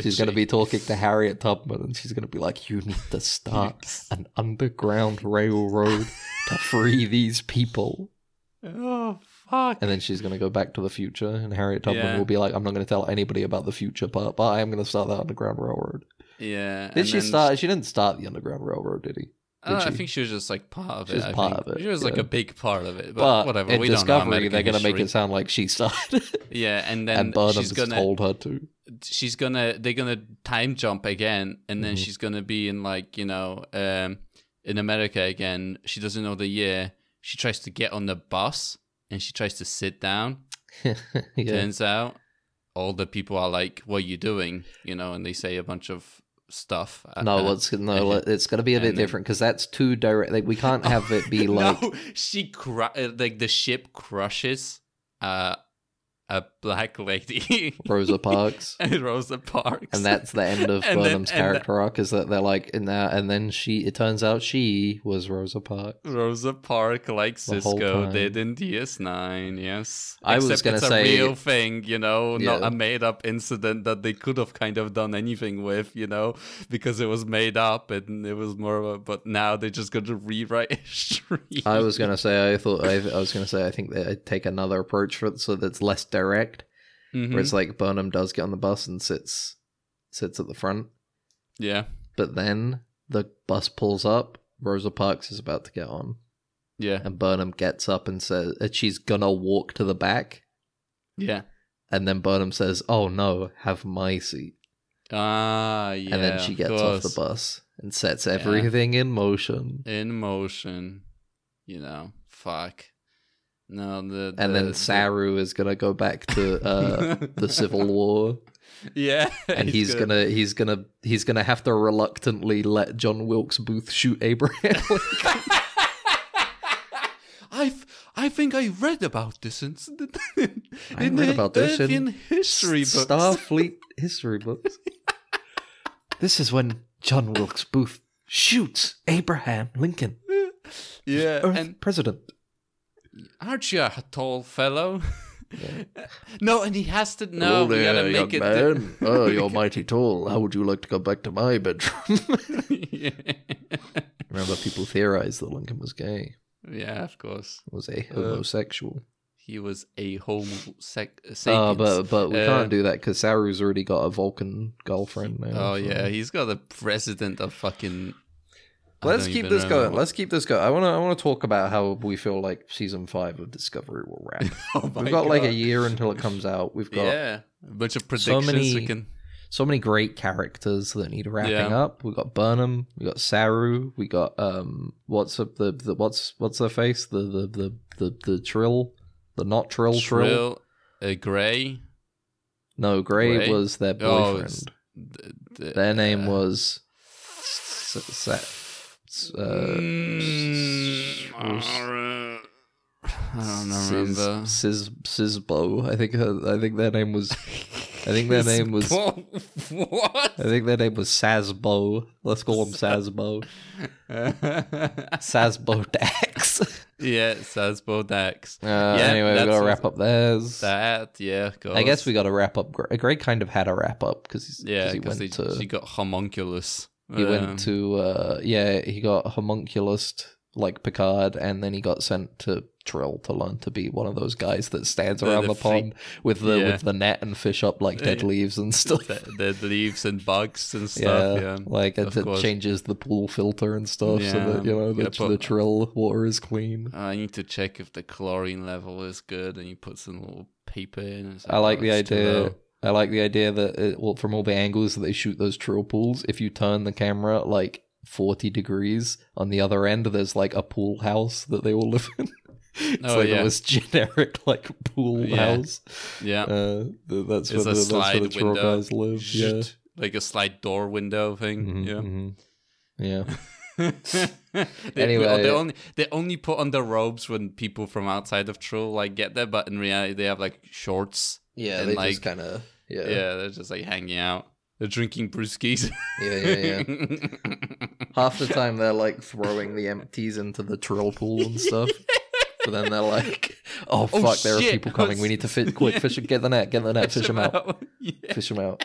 she's gonna literally. be talking to Harriet Tubman, and she's gonna be like, "You need to start an underground railroad to free these people." Oh fuck! And then she's gonna go back to the future, and Harriet Tubman Yeah. will be like, "I'm not gonna tell anybody about the future part, but I am gonna start the underground railroad." yeah. Did and she then- start? She didn't start the underground railroad, did he? I, don't know, I she? think she was just like part of She it. was I part think. of it, She was like yeah. a big part of it. But, But whatever. in we don't know Discovery, American they're gonna make history. it sound like she started, Yeah, and then and Burnham's she's gonna told her to. she's gonna they're gonna time jump again and then Mhm. she's gonna be in like you know um in america again she doesn't know the year she tries to get on the bus and she tries to sit down yeah. turns out all the people are like what are you doing you know and they say a bunch of stuff No, Uh, it's no, let- it's gonna be a bit and then- different because that's too direct. Like we can't have it be like no she cru- uh, like the ship crushes uh a black lady. Rosa Parks. and Rosa Parks. And that's the end of And then- Burnham's and character arc is that they're like and now and then she it turns out she was Rosa Parks. Rosa Park, like The whole Cisco time. did in DS9, yes. I was Except gonna it's a say- real thing, you know, not Yeah. a made up incident that they could have kind of done anything with, you know, because it was made up and it was more of a. But now they're just going to rewrite history. I was gonna say I thought I, I was gonna say I think they take another approach for it so that's less direct. Mhm. Where it's like Burnham does get on the bus and sits sits at the front, Yeah, but then the bus pulls up. Rosa Parks is about to get on, yeah, and Burnham gets up and says and she's gonna walk to the back, yeah. and then Burnham says, "Oh no, have my seat," Ah, yeah. and then she of gets off the course. bus and sets everything in motion. in motion. You know, fuck. No, the, And then the- Saru is gonna go back to uh, the Civil War. Yeah, and he's, gonna, he's gonna he's gonna have to reluctantly let John Wilkes Booth shoot Abraham. I've, I think I read about this incident in, I read about this in in history books. Starfleet history books. this is when John Wilkes Booth shoots Abraham Lincoln, Yeah, Earth and president. aren't you a tall fellow? no, and he has to know. Oh, we gotta there, young make it. man. oh, you're mighty tall. How would you like to go back to my bedroom? yeah. Remember, people theorized that Lincoln was gay, yeah, of course. was a homosexual. He was a homosec. Oh, sapiens. but but we Uh, can't do that because Saru's already got a Vulcan girlfriend now. Oh so- yeah, he's got the president of fucking. I Let's don't keep even this remember going. Let's what- Let's keep this going. I want to. I want to talk about how we feel like season five of Discovery will wrap. Oh my We've got like a God. year until it comes out. We've got Yeah, a bunch of So predictions. many- we can. so many great characters that need wrapping Yeah. up. We've got Burnham. We got Saru. We got um. What's up? The, the what's what's her face? The the the the the trill. The not trill trill. Trill, uh, Gray. No, Gray, Gray? was their Oh, boyfriend. it's- th- th- their name uh, was. S- Sa- uh, Hmm, Mm, uh, I don't know, Sis- remember. Sis, Sisbo. I think her, I think their name was I think their name was- what? I think their name was Sasbo. Let's call him Sasbo. Sasbo Dax. yeah, Sasbo Dax. Uh, Yeah, anyway, we that's gotta what- wrap up theirs. That yeah. of I guess course. we gotta wrap up. Gre- Greg kind of had a wrap up because Yeah, he because went to she got homunculus. he Um, went to uh, yeah he got homunculus like Picard, and then he got sent to Trill to learn to be one of those guys that stands The- around the the, free- pond with the Yeah. with the net and fish up like dead Yeah. leaves and stuff. the, the leaves and bugs and stuff. Yeah, like it, of it course. changes the pool filter and stuff so that Yeah, you know yeah, the, but- the trill water is clean. I need to check if the chlorine level is good, and you put some little paper in. It's I like "Oh, the it's too idea. low." I like the idea that it, well, from all the angles that they shoot those trill pools, if you turn the camera like forty degrees on the other end, there's like a pool house that they all live in. it's Oh, like yeah. the most generic like pool Yeah. house. Yeah, Uh, th- that's, It's where the, a that's where the slide trill window. guys live. Yeah. Shoot. like a slide door window thing. Mhm, yeah. mhm. Yeah. they, Anyway. they only they only put on the robes when people from outside of Trill like get there, but in reality they have like shorts. Yeah. And, they like- just kind of. Yeah, Yeah. they're just like hanging out. They're drinking brewskis. Yeah. Yeah. yeah. Half the time they're like throwing the empties into the trill pool and stuff. But then they're like, "Oh fuck, Oh, there are shit. people coming. We need to fit quick. Fish get the net. Get the net. Fish them out. Yeah. Fish them out."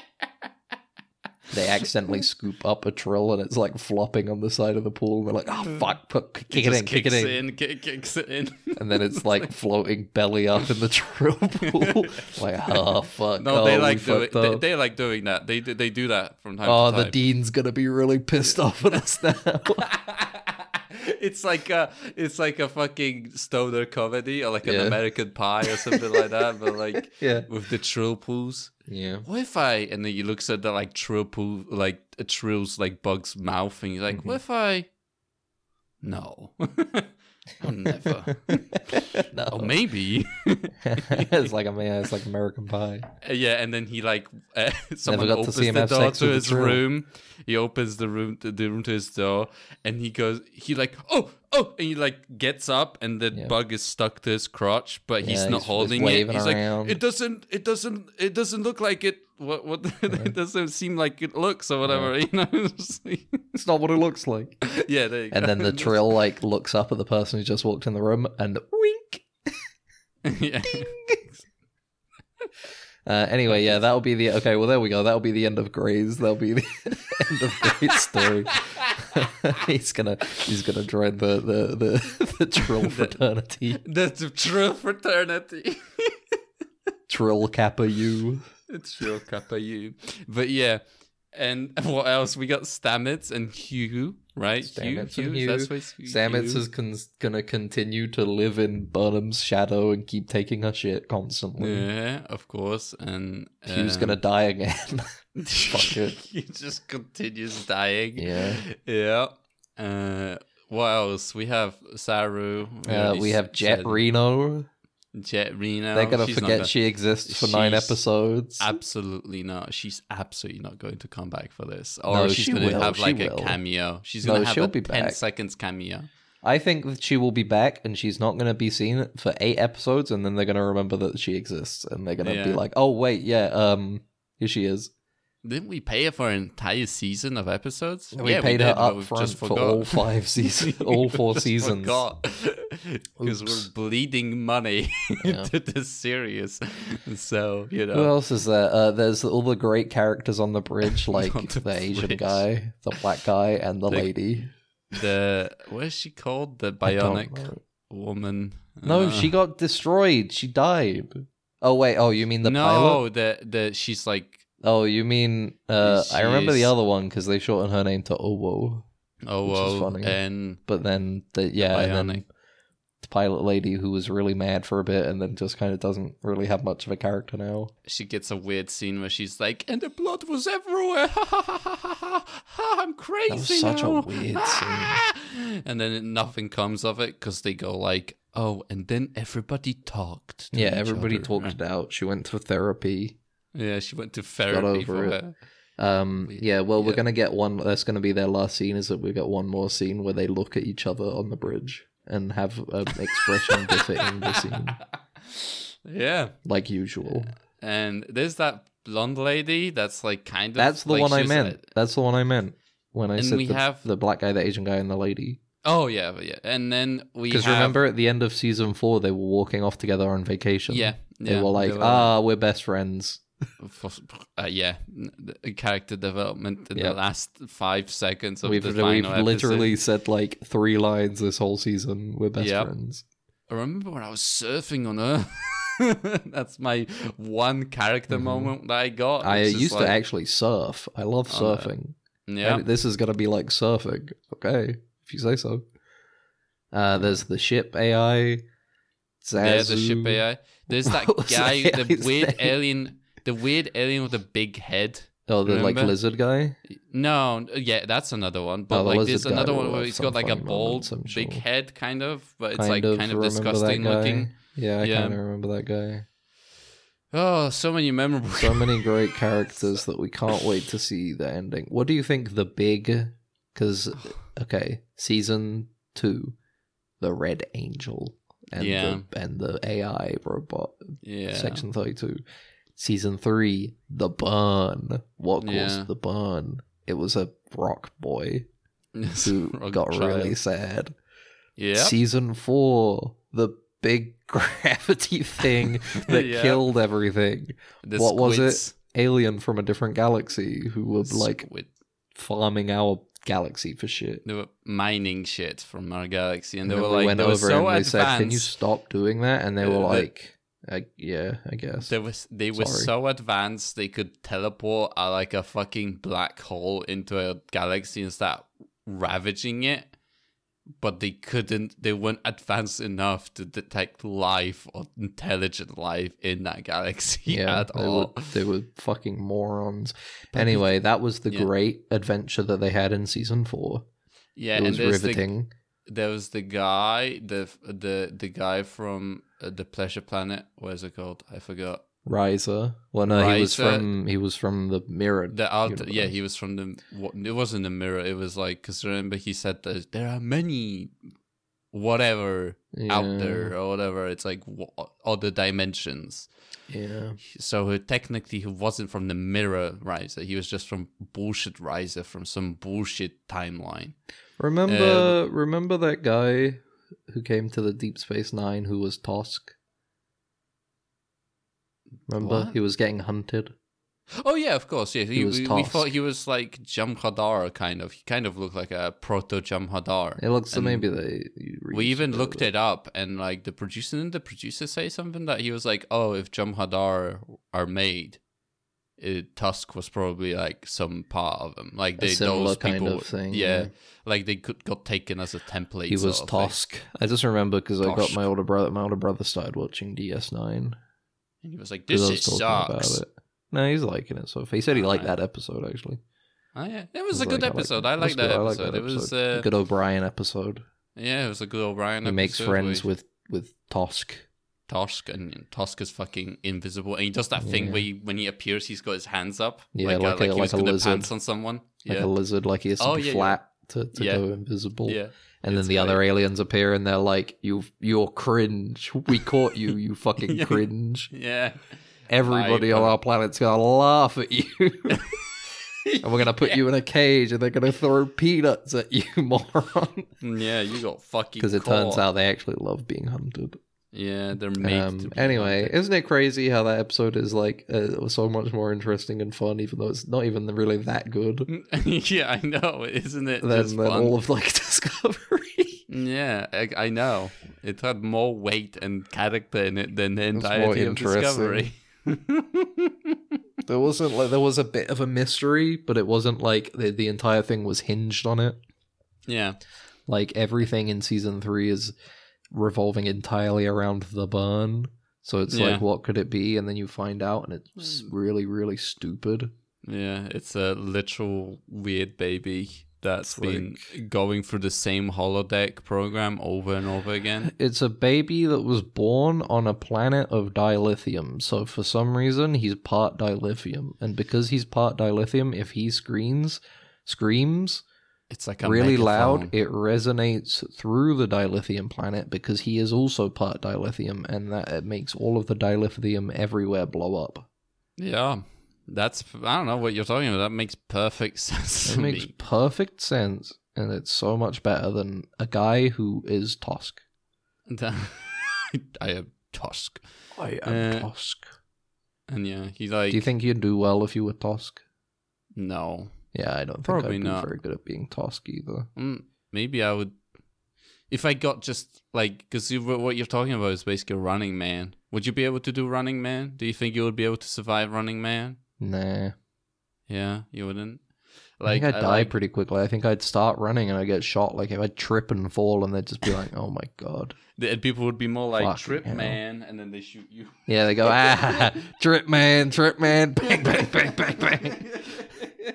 They accidentally scoop up a trill and it's like flopping on the side of the pool. And they're like, "Oh fuck, put, kick Mm. It it, in, just kick it kicks in. in, kick, kicks it in. And then it's like floating belly up in the trill pool. like, oh fuck. No, oh, they we like doing fucked they, up. they like doing that. They do- they do that from time Oh, to the time. dean's gonna be really pissed off at us now. it's like a it's like a fucking stoner comedy or like Yeah. an American Pie or something like that, but like yeah, with the trill pools. yeah. What if I and then he looks at the like trill pool like a trill's like bug's mouth and he's like, Mhm. What if I No. Oh, never. no. oh, maybe. it's like a man. It's like American Pie. Uh, Yeah, and then he like uh, someone got to opens see him the have door sex to with his the drill. room. He opens the room the, the room to his door, and he goes. He like oh oh, and he like gets up, and the Yeah. bug is stuck to his crotch, but Yeah, he's not he's- he's holding it. waving He's around. like it doesn't it doesn't it doesn't look like it. What what it doesn't seem like it looks or whatever. You know. It's like- It's not what it looks like. yeah. There you And go. then the trill like looks up at the person who just walked in the room and wink. yeah. Uh, anyway, yeah, that'll be the okay. Well, there we go. That'll be the end of Gray's. That'll be the end of Gray's story. he's gonna he's gonna join the the the, the Trill fraternity. That's the true fraternity. Trill Kappa U. It's your kappa you. But yeah. And what else? We got Stamets and Hugh, right? Stamets Hugh, and Hugh, That's Hugh. what it's- Hugh. Samus is con- gonna continue to live in Burnham's shadow and keep taking her shit constantly. Yeah, of course. And Hugh's um, gonna die again. fuck it. he just continues dying. Yeah. Yeah. Uh, what else? We have Saru. Uh, already we have Jet said Reno. Jet Reno. They're gonna She's not forget gonna- she exists for nine she's episodes. Absolutely not. She's absolutely not going to come back for this. Or No, she's she going to will, have she like a will. cameo. She's No, going to have she'll a be 10 back. seconds cameo. I think that she will be back and she's not going to be seen for eight episodes, and then they're going to remember that she exists, and they're going to be Yeah. like, "Oh wait, yeah, um, here she is." Didn't we pay her for an entire season of episodes? We Yeah, paid did, her but up we've front just for forgot. all five seasons, all four seasons. Because Oops. we're bleeding money Yeah. to this series. So, you know. Who else is there? Uh, there's all the great characters on the bridge, like On the, the Asian bridge. guy, the black guy, and the The lady. the what is she called? The I don't bionic know. woman. No, Uh, she got destroyed. She died. Oh wait. Oh, you mean the no, pilot? the the she's like Oh, you mean? Uh, I remember the She's- other one because they shortened her name to Owo. oh Which is well, funny. and but then the yeah, and then bionic. the pilot lady who was really mad for a bit, and then just kind of doesn't really have much of a character now. she gets a weird scene where she's like, and the blood was everywhere. I'm crazy. such a now." weird scene. And then nothing comes of it because they go like, oh, and then everybody talked. to yeah, each everybody other." talked it out. She went to therapy. Yeah, she went to therapy for over it. her. Um, We- yeah, well, we're yeah. gonna get one. That's gonna be their last scene. Is that we get one more scene where they look at each other on the bridge and have an expression befitting the scene, Yeah, like usual. and there's that blonde lady that's like kind of. That's the like, one I she's- meant. that's the one I meant when I And said we the, have- the black guy, the Asian guy, and the lady. Oh yeah, but yeah, and then we Because have- remember, at the end of season four, they were walking off together on vacation. yeah, yeah, They were like, ah, we're best friends. for, uh, yeah, n- the character development in Yep. the last five seconds of We've, the we've final episode. literally said like three lines this whole season. We're best Yep. friends. I remember when I was surfing on Earth. That's my one character Mhm. moment that I got. I It's just used Oh, like- to actually surf. I love Oh, no. surfing. Yeah, And This is going to be like surfing. Okay. If you say so. Uh, there's the ship AI. Zazu. yeah, the ship AI. There's that What was guy, the the AI's weird name? alien, the weird alien with the big head. Oh, the like Remember? lizard guy? No, n- yeah, that's another one. But the like, lizard there's guy another will one where have he's some got like a funny moments, bald, I'm big sure. head, kind of. But it's like kind of remember that disgusting guy. looking. Yeah, I Yeah. kind of remember that guy. Oh, so many memorable. So many great characters that we can't wait to see the ending. What do you think the big? Because okay, season two, the Red Angel and Yeah. the and the AI robot yeah. section thirty two. Season three, the burn. What caused Yeah. the burn? It was a rock boy who Rock got child. really sad. Yeah. Season four, the big gravity thing that Yeah. killed everything. The what was it? squids. alien from a different galaxy who were like Squid. farming our galaxy for shit. they were mining shit from our galaxy, and they then were we like, went they were over so and they advanced. said, "Can you stop doing that?" And they were Uh, they- like, I, "Yeah, I guess." they was they were Sorry. so advanced they could teleport uh, like a fucking black hole into a galaxy and start ravaging it, but they couldn't. They weren't advanced enough to detect life or intelligent life in that galaxy yeah, at they all. were they were fucking morons. But anyway, that was the yeah. great adventure that they had in season four. yeah, it and was there's the riveting. there was the guy, the the the guy from uh, the Pleasure Planet. What is it called? I forgot. Riser. Well, no, he was Riser. from he was from the mirror. The alter, universe. yeah, he was from the. What, it wasn't the mirror. It was like because remember he said that there are many, whatever out Yeah, there or whatever. It's like w- other dimensions. Yeah, So he, technically, he wasn't from the mirror riser. He was just from bullshit riser from some bullshit timeline. remember Um, remember that guy who came to the Deep Space Nine who was Tosk. Remember, What? he was getting hunted. Oh yeah, of course. Yeah, he, He was we, we thought Tusk. he was like Jamhadar kind of. He kind of looked like a proto Jamhadar. It looks so And maybe they. you We even reused looked but- it up, and like the producer, didn't the producer say something that he was like, "Oh, if Jamhadar are made, it, Tusk was probably like some part of them. Like A they similar those kind people, of thing, Yeah, yeah. like they could, got taken as a template. He sort was of thing. Tosk. I just remember because I got Tosk. my older brother. My older brother started watching DS9. and he was like, 'cause "This I was is talking sucks." it. No, he's liking it. So far. he said he liked Alright. that episode actually. Oh yeah, that was, He's a good like, episode. it. I like That's that good, I episode. It was uh, good O'Brien episode. yeah, it was a good O'Brien. He makes episode where friends he- with with Tosk. Tosk, and, and Tosk is fucking invisible, and he does that thing Yeah. where he, when he appears, he's got his hands up, Yeah, like, uh, like a- like he was like a gonna lizard. pants on someone. like yeah, a lizard, like he has to Oh, be yeah, yeah. flat to, to Yeah. go invisible. yeah, And then it's the other great. aliens appear and they're like, "You, you're cringe. We caught you. You fucking Yeah. cringe. yeah. Everybody on uh, our planet's gonna laugh at you." And we're gonna put you in a cage, and they're gonna throw peanuts at you, moron. Yeah, you got fucking. Because it turns caught. out they actually love being hunted. yeah, they're made. to Um, be anyway, hunted. isn't it crazy how that episode is like uh, so much more interesting and fun, even though it's not even really that good? yeah, I know, isn't it? than, just than fun? all of like Discovery. yeah, I, I know. It had more weight and character in it than the more entirety of interesting. Discovery. there wasn't like there was a bit of a mystery, but it wasn't like the, the entire thing was hinged on it. yeah, Like everything in season three is revolving entirely around the burn. So it's Yeah. like, what could it be? And then you find out, and it's really, really stupid. Yeah, it's a literal weird baby that's It's been going through the same holodeck program over and over again. It's a baby that was born on a planet of dilithium. So for some reason, he's part dilithium, and because he's part dilithium, if he screams, screams, It's like a really megaphone. loud. It resonates through the dilithium planet because he is also part dilithium, and that it makes all of the dilithium everywhere blow up. yeah, that's I don't know what you're talking about. That makes perfect sense. It to makes me. perfect sense, and it's so much better than a guy who is Tosk. I am Tusk, I am Tosk. and yeah, he's like, Do you think you'd do well if you were Tosk? no, Yeah, I don't think Probably I'd not. be very good at being Tosk either. Mm, maybe I would. If I got just like, because you, what you're talking about is basically Running Man. Would you be able to do Running Man? Do you think you would be able to survive Running Man? Nah. Yeah, you wouldn't. I think I'd die like- pretty quickly. I think I'd start running and I'd get shot. Like, if I'd trip and fall, and they'd just be like, oh my god. the- and people would be more like Fucking trip hell. man, and then they shoot you. Yeah, they go, ah, trip man, trip man, bang, bang, bang, bang, bang.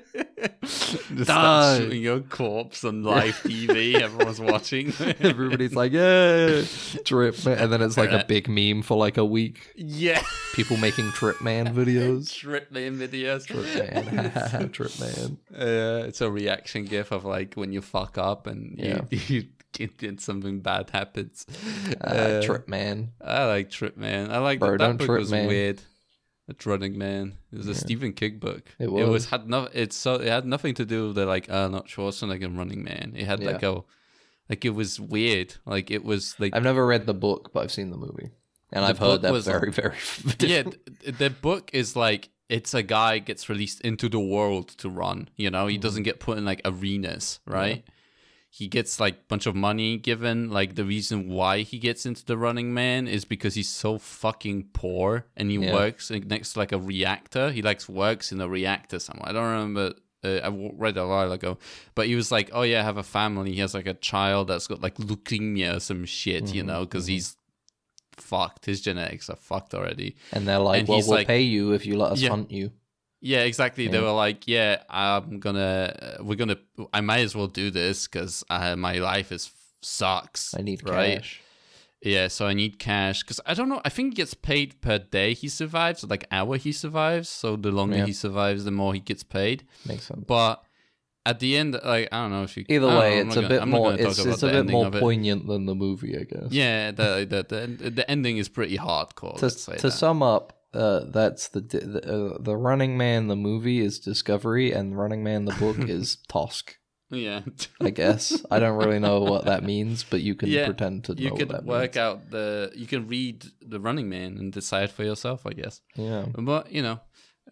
Just Die. start shooting your corpse on live TV. Everyone's watching. Everybody's like, yeah, trip man. And then it's like a Alright. big meme for like a week. yeah, People making trip man videos. trip man videos. Trip man, trip man. Uh, it's a reaction gif of like when you fuck up and Yeah. you, you and something bad happens. Uh, trip man. I like Trip Man. I like Bro, that, don't book trip, was man. weird. It's Running Man. It was a Stephen King book. It It was. was had no. It's so it had nothing to do with the like Arnold Schwarzenegger and Running Man. It had like a like it was weird. Like it was like I've never read the book, but I've seen the movie. And I've book heard that was, very, like- very yeah. different. th- The book is like it's a guy gets released into the world to run. You know, he Mm-hmm. doesn't get put in like arenas, right? He gets like bunch of money given. Like the reason why he gets into the Running Man is because he's so fucking poor, and he Yeah. works like, next to like a reactor. He like works in a reactor somewhere. I don't remember. Uh, I w- read a while ago, but he was like, "Oh yeah, I have a family. He has like a child that's got like leukemia or some shit, Mm-hmm. you know, because he's fucked. His genetics are fucked already." And they're like, And well, he's we'll like- pay you if you let us Yeah. hunt you. Yeah, exactly. They Yeah. were like, "Yeah, I'm gonna, uh, we're gonna, I might as well do this because uh, my life is sucks. I need right? cash. Yeah, so I need cash because I don't know. I think he gets paid per day he survives, like hour he survives. So the longer Yeah. he survives, the more he gets paid. Makes sense. But at the end, like I don't know if you. Either I don't know, way, Oh, I'm it's not a gonna- bit I'm not more. gonna talk It's, about it's a the bit ending more of it. poignant than the movie, I guess. Yeah, the, the the the ending is pretty hardcore. To, let's say to that. sum up, uh, that's the di- the, uh, the Running Man. The movie is Discovery, and Running Man the book is Tosk. yeah, I guess I don't really know what that means, but you can Yeah, pretend to you know could what that work means. out the you can read the Running Man and decide for yourself, I guess. Yeah, But you know,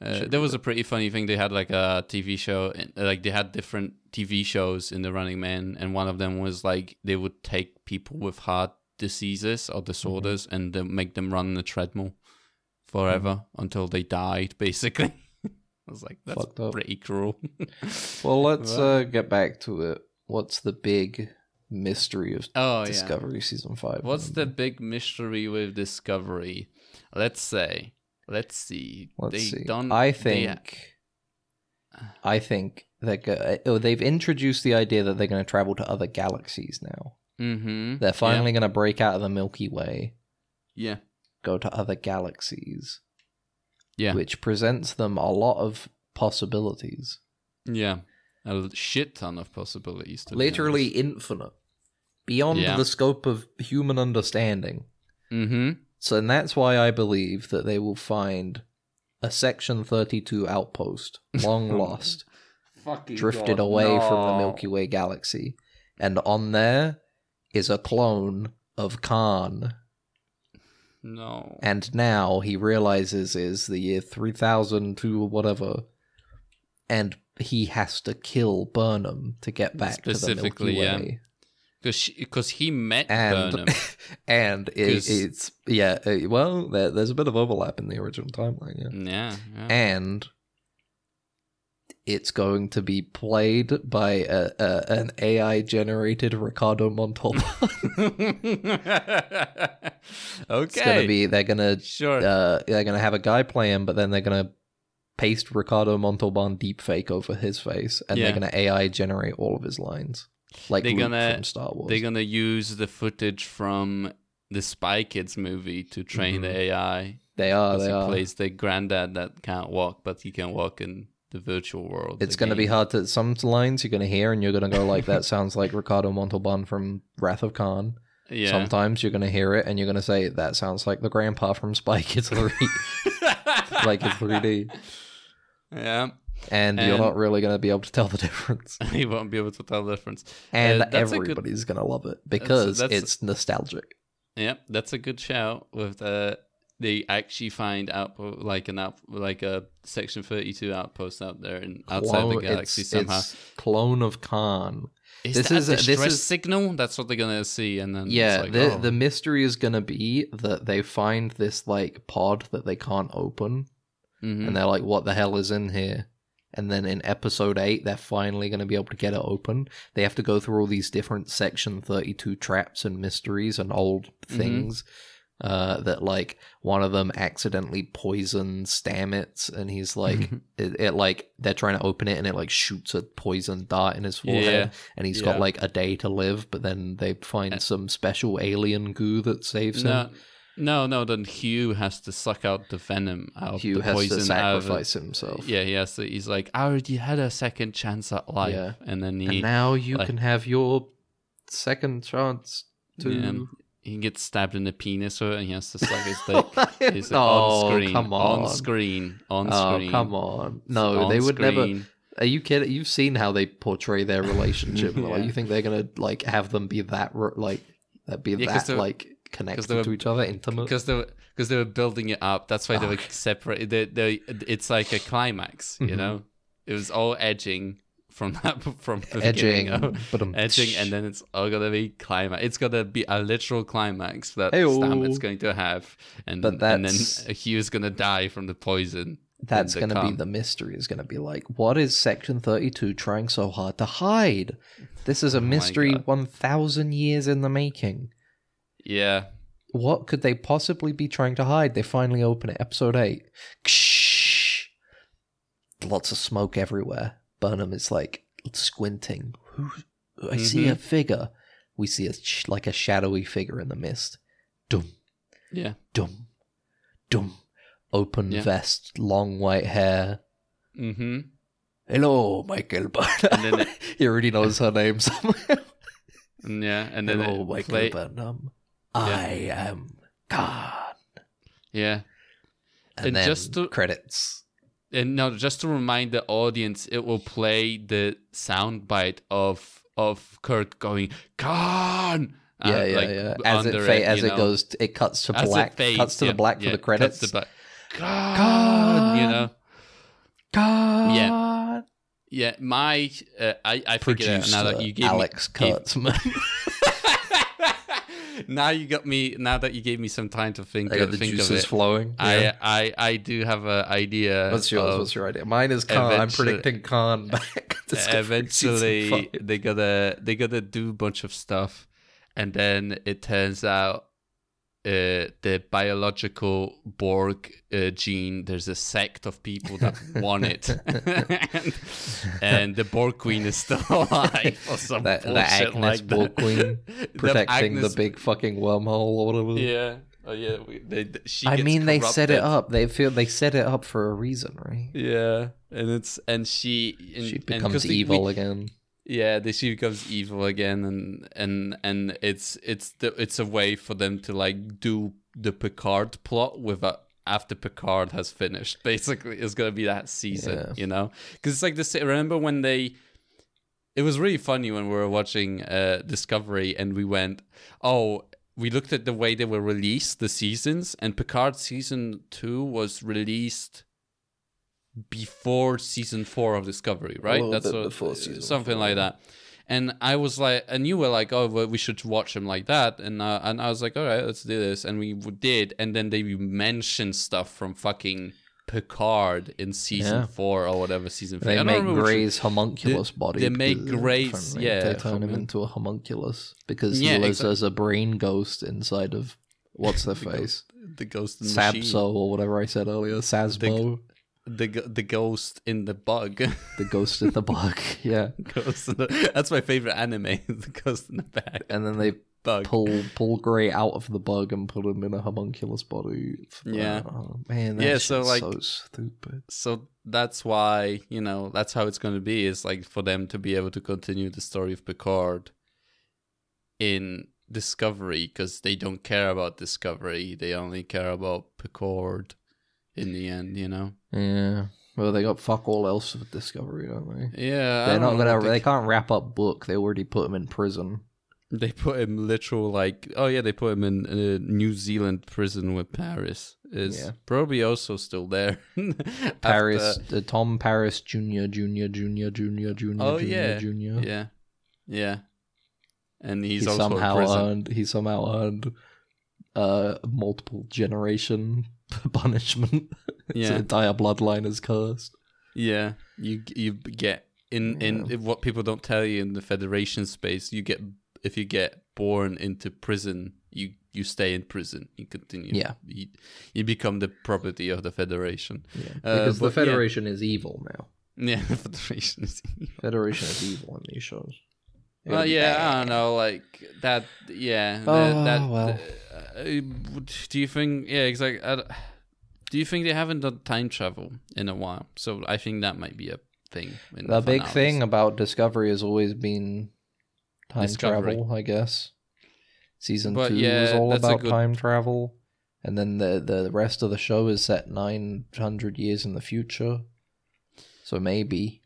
uh, there was a pretty funny thing. They had like a TV show, and like they had different TV shows in the Running Man, and one of them was like they would take people with heart diseases or disorders Mm-hmm. and then make them run on the treadmill forever until they died. Basically, I was like, that's Mm-hmm. Fucked up. pretty cruel. Well, let's uh, get back to it. What's the big mystery of oh yeah. Discovery season five? What's the big mystery with Discovery? Let's say. Let's see. Let's they see. Don't, I they- think. I think that go- oh, they've introduced the idea that they're going to travel to other galaxies now. Mhm. They're finally going to break out of the Milky Way, Yeah. go to other galaxies, Yeah. Yeah. which presents them a lot of possibilities. yeah. A l- shit ton of possibilities. To Literally infinite, beyond Yeah. the scope of human understanding. Mm-hmm. So, and that's why I believe that they will find a Section 32 outpost, Oh long lost, Fucking drifted away from the Milky Way galaxy. And on there is a clone of Khan. No. And now he realizes is the year 3000 to whatever. And he has to kill Burnham to get back to the Milky Specifically, yeah. Way. Because he met And Burnham. and it, 'Cause- it's yeah, uh, well, there, there's a bit of overlap in the original timeline, yeah. yeah. yeah. and it's going to be played by a, a, an AI generated Ricardo Montalban. okay. It's gonna be they're gonna Sure. uh, they're gonna have a guy play him, but then they're gonna paste Ricardo Montalban deepfake over his face, and Yeah. they're gonna AI generate all of his lines, like They're Luke gonna- from Star Wars. They're gonna use the footage from the Spy Kids movie to train the Mm-hmm. AI. They are. 'Cause Oh, They he are. plays the granddad that can't walk, but he can walk in the virtual world. It's the gonna be game. hard to some lines you're gonna hear, and you're gonna go like, "That sounds like Ricardo Montalban from Wrath of Khan." Yeah. Sometimes you're going to hear it and you're going to say, that sounds like the grandpa from Spy Kids 3, like in 3D. yeah. And, you're And- not really going to be able to tell the difference. He won't be able to tell the difference. And that's a good- everybody's going to love it because that's- it's nostalgic. Yep, that's a good shout. With the they actually find out like an out like a section thirty two outpost out there and outside the Clone- galaxy it's- somehow. it's clone of Khan. Is this that is a a- this distress is- signal? That's what they're gonna see, and then it's Yeah, like, the, oh. the mystery is going to be that they find this like pod that they can't open. Mhm. and they're like, "What the hell is in here?" And then in episode eight, they're finally going to be able to get it open. They have to go through all these different section thirty-two traps and mysteries and old Mhm. things. Uh, that like one of them accidentally poisoned Stamets, and he's like, it, it like they're trying to open it, and it like shoots a poison dart in his forehead, Yeah. and he's Yeah. got like a day to live. But then they find And- some special alien goo that saves no, him. no, no. Then Hugh has to suck out the venom out of Hugh Oh, the has poison to out of it. sacrifice himself. Yeah, he has to. He's like, I already had a second chance at life, Yeah. and then he and now you like- can have your second chance to. yeah, he gets stabbed in the penis, or and he has to suck his dick. It's Oh, on screen, come on. on. screen, on Oh screen. come on! No, on they would never. screen. Are you kidding? You've seen how they portray their relationship. Yeah. like, you think they're gonna like have them be that ro- like that be Yeah, 'cause that they were- like 'cause connected they were- to each other, intimate? because they because they were building it up. That's why they were separate. They, they, it's like a climax, you Mhm. know. It was all edging from that from the edging, beginning of- ba-dum, edging, and then it's all gonna be climax. It's gonna be a literal climax that Hey-o. Stamets going to have, and But and that's- then Hugh's gonna die from the poison. That's in gonna be cum. the mystery. Is gonna be like, what is Section Thirty Two trying so hard to hide? This is a Oh my mystery God. one thousand years in the making. yeah. what could they possibly be trying to hide? They finally open it. Episode 8. Ksh! Lots of smoke Mm-hmm. everywhere. Burnham is like squinting. Who? I see a figure we see a sh- like a shadowy figure in the mist. Dum Yeah. dum dum. Open Yeah. vest, long white hair. Mm-hmm. Hello, Michael. And then Burnham. he already knows her name somehow. Mm, Yeah. And then Hello, it Michael play- Burnham. I am God. Yeah. And, And then just to- credits. and now just to remind the audience, it will play the soundbite of of Kirk going Khan. uh, Yeah, yeah, like, yeah. As it under fa- as you it know, goes, t- it cuts to as it black. fades, cuts to yeah, the black yeah, for the cuts credits. to black. Khan, you know. God. Yeah. Yeah, my uh, I I figured it Producer out now that you gave Alex me, gave- Kurtzman. now you got me. Now that you gave me some time to think, I got the think of juices it. flowing. Yeah. I, I I do have an idea. What's yours? of- What's your idea? Mine is Khan. I'm eventually- predicting Khan back. to season Uh, eventually five. they gotta they gotta do a bunch of stuff and then it turns out uh, the biological Borg uh, gene. There's a sect of people that want it, and, and the Borg Queen is still alive or some That- the bullshit Agnes like that. Borg Queen The protecting Agnes- the big fucking wormhole or whatever. Yeah, oh yeah. we- They, they- she I gets mean, they set it corrupted. up. They feel they set it up for a reason, right? Yeah, and it's and she and, she and 'cause becomes we- we- evil again. Yeah, the she becomes evil again, and and and it's it's the it's a way for them to like do the Picard plot without after Picard has finished. Basically, it's gonna be that season, Yeah. you know, because it's like this. Remember when they? It was really funny when we were watching uh, Discovery, and we went, oh. We looked at the way they were released, the seasons, and Picard season two was released before season four of Discovery, right? little bit what- uh, before season something four, like that. And I was like, and you were like, oh, well, we should watch them like that, and uh, and I was like, all right, let's do this, and we w- did, and then they mentioned stuff from fucking Picard in season Yeah. four or whatever season. three. I They don't make remember which- Gray's homunculus body. they make because- Gray's- from- yeah, They turn him homun- into a homunculus because Yeah, he lives exact- as a brain ghost inside of what's her face, the ghost in the machine, Sabso or whatever I said earlier, Sasmo, the g- the ghost in the bug. the ghost in the bug. Yeah, ghost in the, that's my favorite anime, the ghost in the bag. and then they Bug. pull pull Gray out of the bug and put him in a homunculus body. Yeah. Oh, man, that Yeah, shit's so, so like- stupid. so that's why you know that's how it's going to be is like for them to be able to continue the story of picard in discovery because they don't care about discovery they only care about picard in the end you know Yeah. Well, they got fuck all else with Discovery, don't they? yeah I They're not don't know gonna. what They can't wrap up book. They already put him in prison. they, they put him literal like oh yeah they put him in a new zealand prison with paris is Yeah. probably also still there Paris, After- uh, Tom Paris Junior, Junior, Junior, Junior, Junior, Oh, Junior, yeah. Junior. yeah yeah and He he's, also in somehow prison. earned. He somehow earned uh, multiple generation punishment. His Yeah. entire bloodline is cursed. Yeah, you you get in in Yeah. if what people don't tell you in the Federation space. You get if you get born into prison, you you stay in prison. You continue. Yeah. you, you become the property of the Federation. Yeah. Uh, Because the but yeah. Federation is evil now. Yeah, the Federation. Is Federation is evil in these shows. They're well, gonna be yeah, I bad. don't know, like that. Yeah, Oh, that. well. uh, do you think? Yeah, exactly. I, don't- do you think they haven't done time travel in a while? So I think that might be a thing. in The big finales. thing about Discovery has always been time Discovery. travel, I guess. Season But two yeah, is all that's a about good- time travel, and then the the rest of the show is set nine hundred years in the future. So maybe,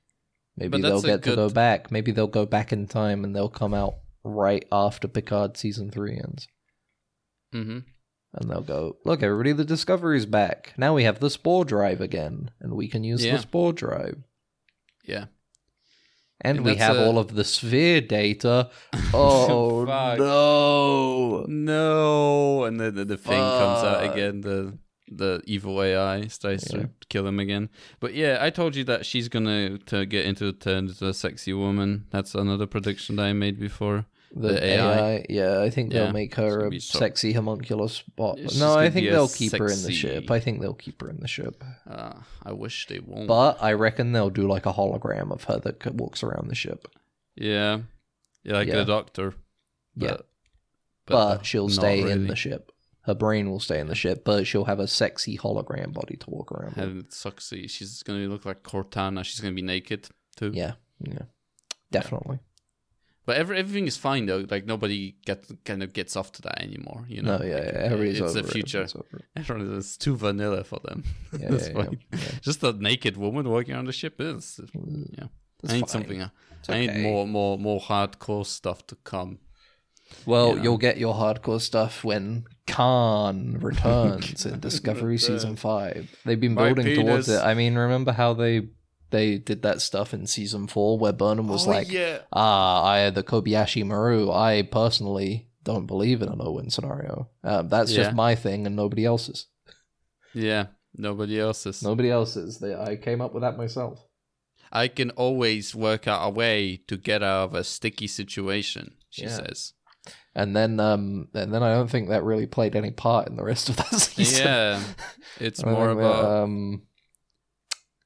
maybe But they'll that's a get to go good- back. Maybe they'll go back in time and they'll come out right after Picard season three ends, Mm-hmm. and they'll go, "Look, everybody, the Discovery's back. Now we have the spore drive again, and we can use Yeah. the spore drive." Yeah. And And we that's have a- all of the sphere data. Oh Fuck. no! no and then the, the thing comes out Fuck. again the the evil ai starts Yeah. to kill him again but yeah i told you that she's gonna to get into turn into a sexy woman that's another prediction that i made before The, The AI. AI. yeah, I think Yeah, they'll make it's her gonna a be so- sexy homunculus bot. It's No, just I gonna think be a they'll keep her in the sexy- ship. I think they'll keep her in the ship. uh, i wish they won't But I reckon they'll do like a hologram of her that c- walks around the ship. yeah yeah like Yeah. the doctor Yeah. But, but, no, she'll not stay in really. the ship. Her brain will stay in the ship, but she'll have a sexy hologram body to walk around. With. And Soxy, she's gonna look like Cortana. She's gonna be naked too. Yeah, yeah, definitely. But every, everything is fine though. Like nobody get kind of gets off to that anymore. You know. no, yeah, Like, yeah. everybody's it's over the it, future. everybody's over it. Everyone is too vanilla for them. Yeah, That's yeah, yeah, fine. yeah. Just a naked woman walking on the ship is. Mm, Yeah. that's I need fine. something. It's I need okay. more, more, more hardcore stuff to come. Well, Yeah. you'll get your hardcore stuff when Khan returns in Discovery Season Five. They've been My building towards it. penis. I mean, remember how they they did that stuff in Season Four where Burnham was Oh, like, yeah. "Ah, I the Kobayashi Maru. I personally don't believe in an Owen scenario. Um, that's Yeah. just my thing and nobody else's. yeah, nobody else's. Nobody else's. They, I came up with that myself. I can always work out a way to get out of a sticky situation. She Yeah. says. And then, um, and then I don't think that really played any part in the rest of that season. Yeah, it's I don't more think that, about. um,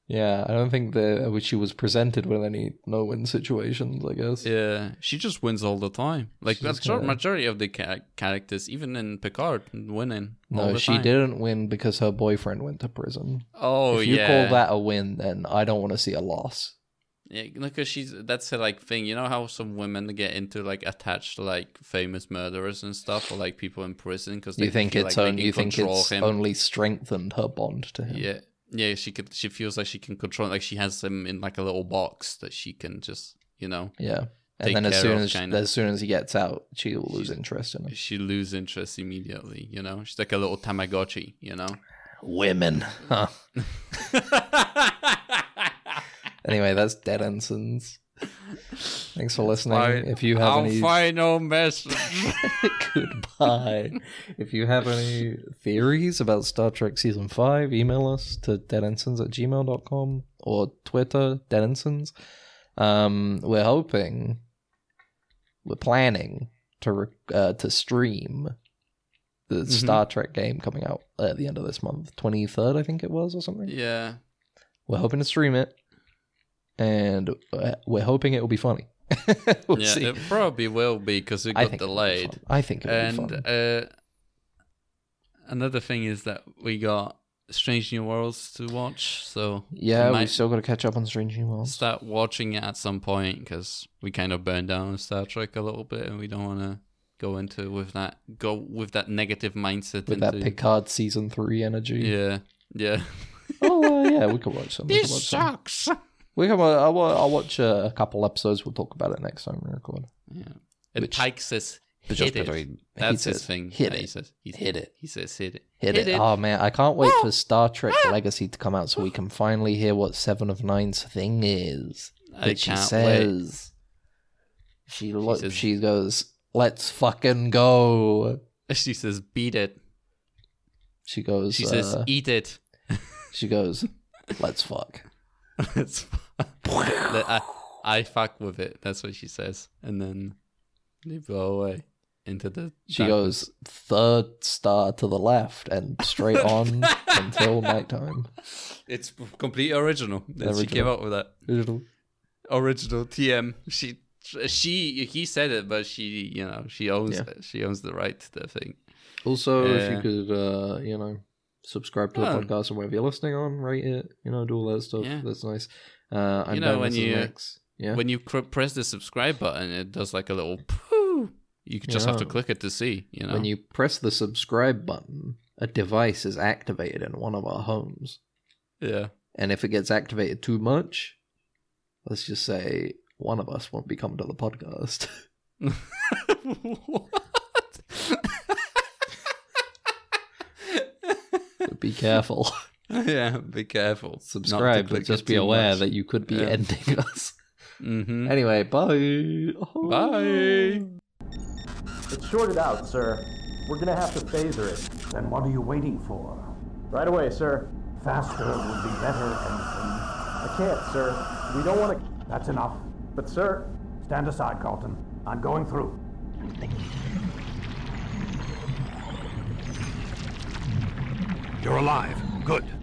yeah, I don't think that uh, which she was presented with any no-win situations. I guess. Yeah, she just wins all the time. Like She just that's sure kinda- majority of the ca- characters, even in Picard, winning. all No, the she time. didn't win because her boyfriend went to prison. Oh if you yeah. call that a win, then I don't want to see a loss. Yeah, because she's that's her like thing. You know how some women get into like attached to like famous murderers and stuff, or like people in prison because you think it's like, they only can you think control it's him. only strengthened her bond to him. yeah, yeah. She could. She feels like she can control. Like she has him in like a little box that she can just you know Yeah. And Take then as care soon of, as kinda. as soon as he gets out, she will lose interest in him. she lose interest immediately. You know, she's like a little Tamagotchi. You know. Women. Huh. Anyway, that's Dead Ensigns. Thanks for listening. If you have Our any final message. Goodbye. if you have any theories about Star Trek Season 5, email us to deadensons at gmail.com or Twitter, deadensons. Um, we're hoping, we're planning to, re- uh, to stream the Mm-hmm. Star Trek game coming out at the end of this month, 23rd, I think it was, or something. yeah. We're hoping to stream it, and uh, we're hoping it will be funny. we'll yeah, see. it probably will be because it I got think it'll be delayed. fun. I think it will be fun. and uh, another thing is that we got Strange New Worlds to watch, so Yeah, we we might have still got to catch up on Strange New Worlds. start watching it at some point because we kind of burned down Star Trek a little bit, and we don't want to go into with that go with that negative mindset with into that Picard season three energy. yeah yeah. Oh uh, yeah, we can watch some. We can This watch some. sucks. We can. wa- I'll, wa- I'll watch uh, a couple episodes. We'll talk about it next time we record. Yeah, and Which- Pike says But hit just it. between- he That's his says, thing. "Hit Yeah, He it. says he- Hit it. He says hit it. Hit, it. Oh man, I can't wait for Star Trek Legacy to come out so we can finally hear what Seven of Nine's thing is. I That she can't says. She lo- says- she goes. Let's fucking go. She says beat it. She goes. She uh, says eat it. she goes. Let's fuck. That's fu- That I, I fuck with it. That's what she says, and then they blow away into the. She goes third star to the left and straight on until nighttime. It's complete original. And She came Original. up with that Original. original TM. She, she, he said it, but she, you know, she owns Yeah. it. She owns the right to the thing. Also, if Yeah. you could, uh, you know, subscribe to the Oh. podcast and wherever you're listening on, rate it, you know, do all that stuff. Yeah. That's nice. Uh, I'm You know, Dan, when this is you- Max. Yeah. When you cr- press the subscribe button, it does like a little. Poo. You just have to Yeah. click it to see. You know. When you press the subscribe button, a device is activated in one of our homes. yeah. And if it gets activated too much, let's just say one of us won't be coming to the podcast. what? But be careful. yeah, be careful. subscribe, but just be aware that you could be Yeah. ending us. Mm-hmm. anyway, bye. Bye. It's shorted out, sir. We're gonna have to phaser it. Then what are you waiting for? Right away, sir. Faster would be better, Ensign. I can't, sir. We don't want to. That's enough. But, sir, Stand aside, Carlton. I'm going through. You're alive. Good.